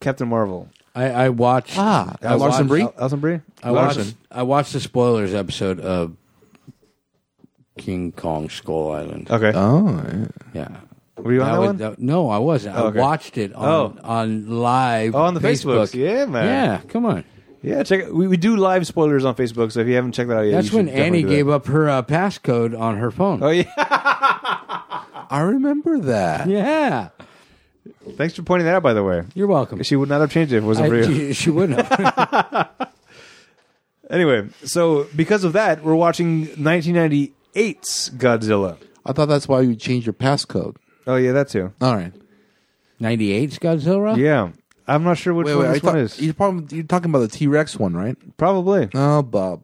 Speaker 1: Captain Marvel.
Speaker 3: I, I watched.
Speaker 4: ah,
Speaker 3: I
Speaker 4: Larson
Speaker 3: watched-
Speaker 4: Bree.
Speaker 1: Al- Alison Brie.
Speaker 3: I watched. I watched the spoilers episode of King Kong Skull Island.
Speaker 1: Okay,
Speaker 4: Oh, yeah.
Speaker 3: Yeah.
Speaker 1: were you on
Speaker 3: I
Speaker 1: that
Speaker 3: was-
Speaker 1: one?
Speaker 3: that- no, I wasn't.
Speaker 1: Okay.
Speaker 3: I watched it on
Speaker 1: Oh.
Speaker 3: on live.
Speaker 1: Oh, on the
Speaker 3: Facebook.
Speaker 1: Facebooks. Yeah, man.
Speaker 3: Yeah, come on.
Speaker 1: Yeah, check. It. We we do live spoilers on Facebook, so if you haven't checked that out yet,
Speaker 3: That's
Speaker 1: you should
Speaker 3: when
Speaker 1: definitely
Speaker 3: Annie
Speaker 1: do that.
Speaker 3: gave up her uh, passcode on her phone.
Speaker 1: Oh yeah,
Speaker 4: I remember that.
Speaker 3: Yeah,
Speaker 1: thanks for pointing that out. By the way,
Speaker 3: you're welcome.
Speaker 1: she would not have changed it if it wasn't
Speaker 3: I-
Speaker 1: for you.
Speaker 3: she, she wouldn't. have.
Speaker 1: Anyway, so because of that, we're watching 1998's Godzilla.
Speaker 4: I thought that's why you changed your passcode.
Speaker 1: Oh yeah, that too.
Speaker 4: All right.
Speaker 3: 98's Godzilla.
Speaker 1: Yeah, I'm not sure which
Speaker 4: Wait,
Speaker 1: one
Speaker 4: wait. I
Speaker 1: this one
Speaker 4: thought,
Speaker 1: is.
Speaker 4: you're, probably, you're talking about the T Rex one, right?
Speaker 1: Probably.
Speaker 4: Oh, Bob.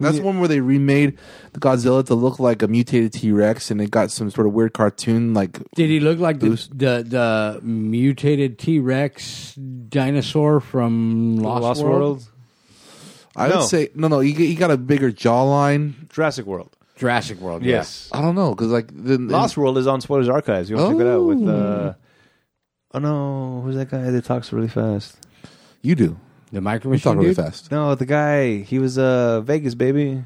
Speaker 4: That's the one where they remade the Godzilla to look like a mutated T Rex, and it got some sort of weird cartoon. Like,
Speaker 3: Did he look like the, the the mutated T Rex dinosaur from Lost,
Speaker 1: Lost
Speaker 3: World?
Speaker 1: World,
Speaker 4: I
Speaker 1: No.
Speaker 4: would say, no, no, he, he got a bigger jawline.
Speaker 1: Jurassic World.
Speaker 3: Jurassic World?
Speaker 1: Yes.
Speaker 4: I don't know because like the
Speaker 1: Lost World is on Spoilers Archives. You want to check it out with. Uh,
Speaker 4: Oh.
Speaker 1: oh no, who's that guy that talks really fast?
Speaker 4: you do
Speaker 3: yeah. the micro
Speaker 4: you
Speaker 3: machine.
Speaker 4: talk really
Speaker 3: dude?
Speaker 4: fast.
Speaker 1: No, the guy. He was uh, Vegas baby.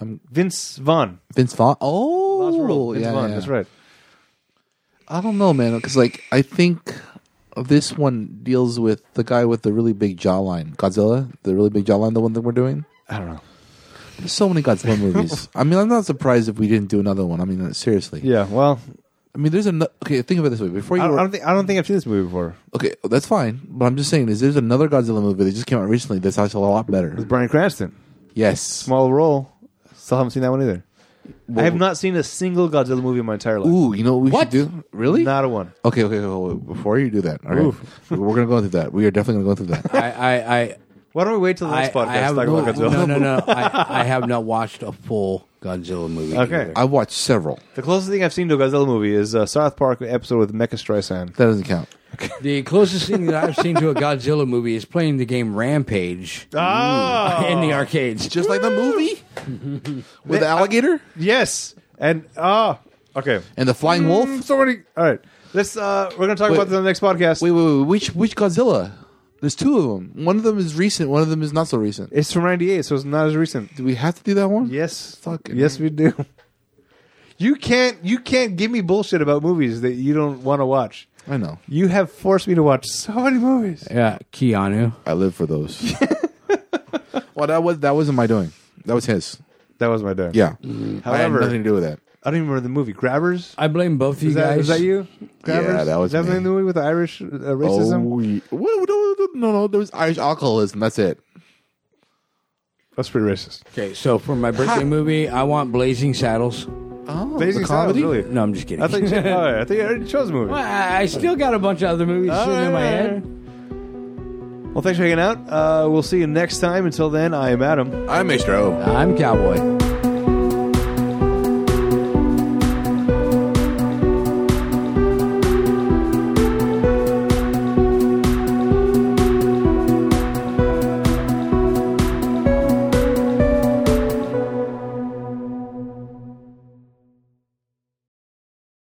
Speaker 4: Um,
Speaker 1: Vince Vaughn.
Speaker 4: Vince Vaughn. Oh,
Speaker 1: Lost World. Vince
Speaker 4: yeah,
Speaker 1: Vaughn.
Speaker 4: yeah.
Speaker 1: That's right.
Speaker 4: I don't know, man, because like I think this one deals with the guy with the really big jawline, Godzilla, the really big jawline, the one that we're doing.
Speaker 1: I don't know.
Speaker 4: There's so many Godzilla movies. I mean, I'm not surprised if we didn't do another one. I mean, uh, seriously.
Speaker 1: Yeah. Well,
Speaker 4: I mean, there's another. Okay, think of it this way: before
Speaker 1: I
Speaker 4: you,
Speaker 1: don't, I
Speaker 4: were-
Speaker 1: don't think I don't think I've seen this movie before.
Speaker 4: okay, that's fine. But I'm just saying, is there's another Godzilla movie that just came out recently that's actually a lot better.
Speaker 1: With Brian Cranston.
Speaker 4: Yes.
Speaker 1: Small role. Still haven't seen that one either. I
Speaker 4: Well-
Speaker 1: have not seen a single Godzilla movie in my entire life.
Speaker 4: Ooh, you know what we
Speaker 3: What?
Speaker 4: should do? Really?
Speaker 1: Not a one.
Speaker 4: Okay, okay, okay, wait, before you do that, all right, we're gonna go through that. We are definitely gonna go through that.
Speaker 3: I I I,
Speaker 1: Why don't we wait till the
Speaker 3: I,
Speaker 1: next podcast
Speaker 3: I have
Speaker 1: to talk
Speaker 3: no,
Speaker 1: about Godzilla?
Speaker 3: no no no. I, I have not watched a full Godzilla movie.
Speaker 1: Okay.
Speaker 3: either.
Speaker 4: I watched several.
Speaker 1: The closest thing I've seen to a Godzilla movie is uh, South Park episode with Mecha Streisand.
Speaker 4: That doesn't count.
Speaker 3: The closest thing that I've seen to a Godzilla movie is playing the game Rampage
Speaker 1: Ah,
Speaker 3: in the arcades.
Speaker 4: Just like the movie with the
Speaker 1: uh,
Speaker 4: alligator
Speaker 1: yes, and ah, okay.
Speaker 4: and the flying wolf.
Speaker 1: Mm, So many. All right, let's. Uh, we're gonna talk
Speaker 4: Wait.
Speaker 1: about this on the next podcast.
Speaker 4: Wait, wait, wait. Which which Godzilla? There's two of them. One of them is recent. One of them is not so recent.
Speaker 1: It's from '98, so it's not as recent.
Speaker 4: Do we have to do that one?
Speaker 1: Yes,
Speaker 4: Fucking-
Speaker 1: yes, we do. You can't. You can't give me bullshit about movies that you don't want to watch.
Speaker 4: I know.
Speaker 1: You have forced me to watch so many movies.
Speaker 3: Yeah, Keanu.
Speaker 4: I live for those. well, that was that wasn't my doing. That was his.
Speaker 1: That was my day.
Speaker 4: Yeah. I had
Speaker 1: However,
Speaker 4: nothing to Uh, do with that.
Speaker 1: I don't even remember the movie. Grabbers.
Speaker 3: I blame both of you
Speaker 1: Is that,
Speaker 3: guys.
Speaker 1: is that you? Grabbers?
Speaker 4: that was
Speaker 1: Is that
Speaker 4: me.
Speaker 1: the movie with the Irish uh, racism?
Speaker 4: Oh, ye- what, what- what- no, no. There was Irish alcoholism. That's it.
Speaker 1: That's pretty racist.
Speaker 3: Okay, so for my birthday movie, I want Blazing Saddles.
Speaker 4: Oh,
Speaker 1: Blazing Saddles,
Speaker 4: the comedy.
Speaker 1: really.
Speaker 3: No, I'm just kidding.
Speaker 1: I think. all right, oh, I think I already chose a movie.
Speaker 3: Well, I I still got a bunch of other movies
Speaker 1: All
Speaker 3: sitting in my
Speaker 1: right.
Speaker 3: head.
Speaker 1: Well, thanks for hanging out. Uh, we'll see you next time. Until then, I am Adam.
Speaker 4: I'm Maestro.
Speaker 3: I'm Cowboy.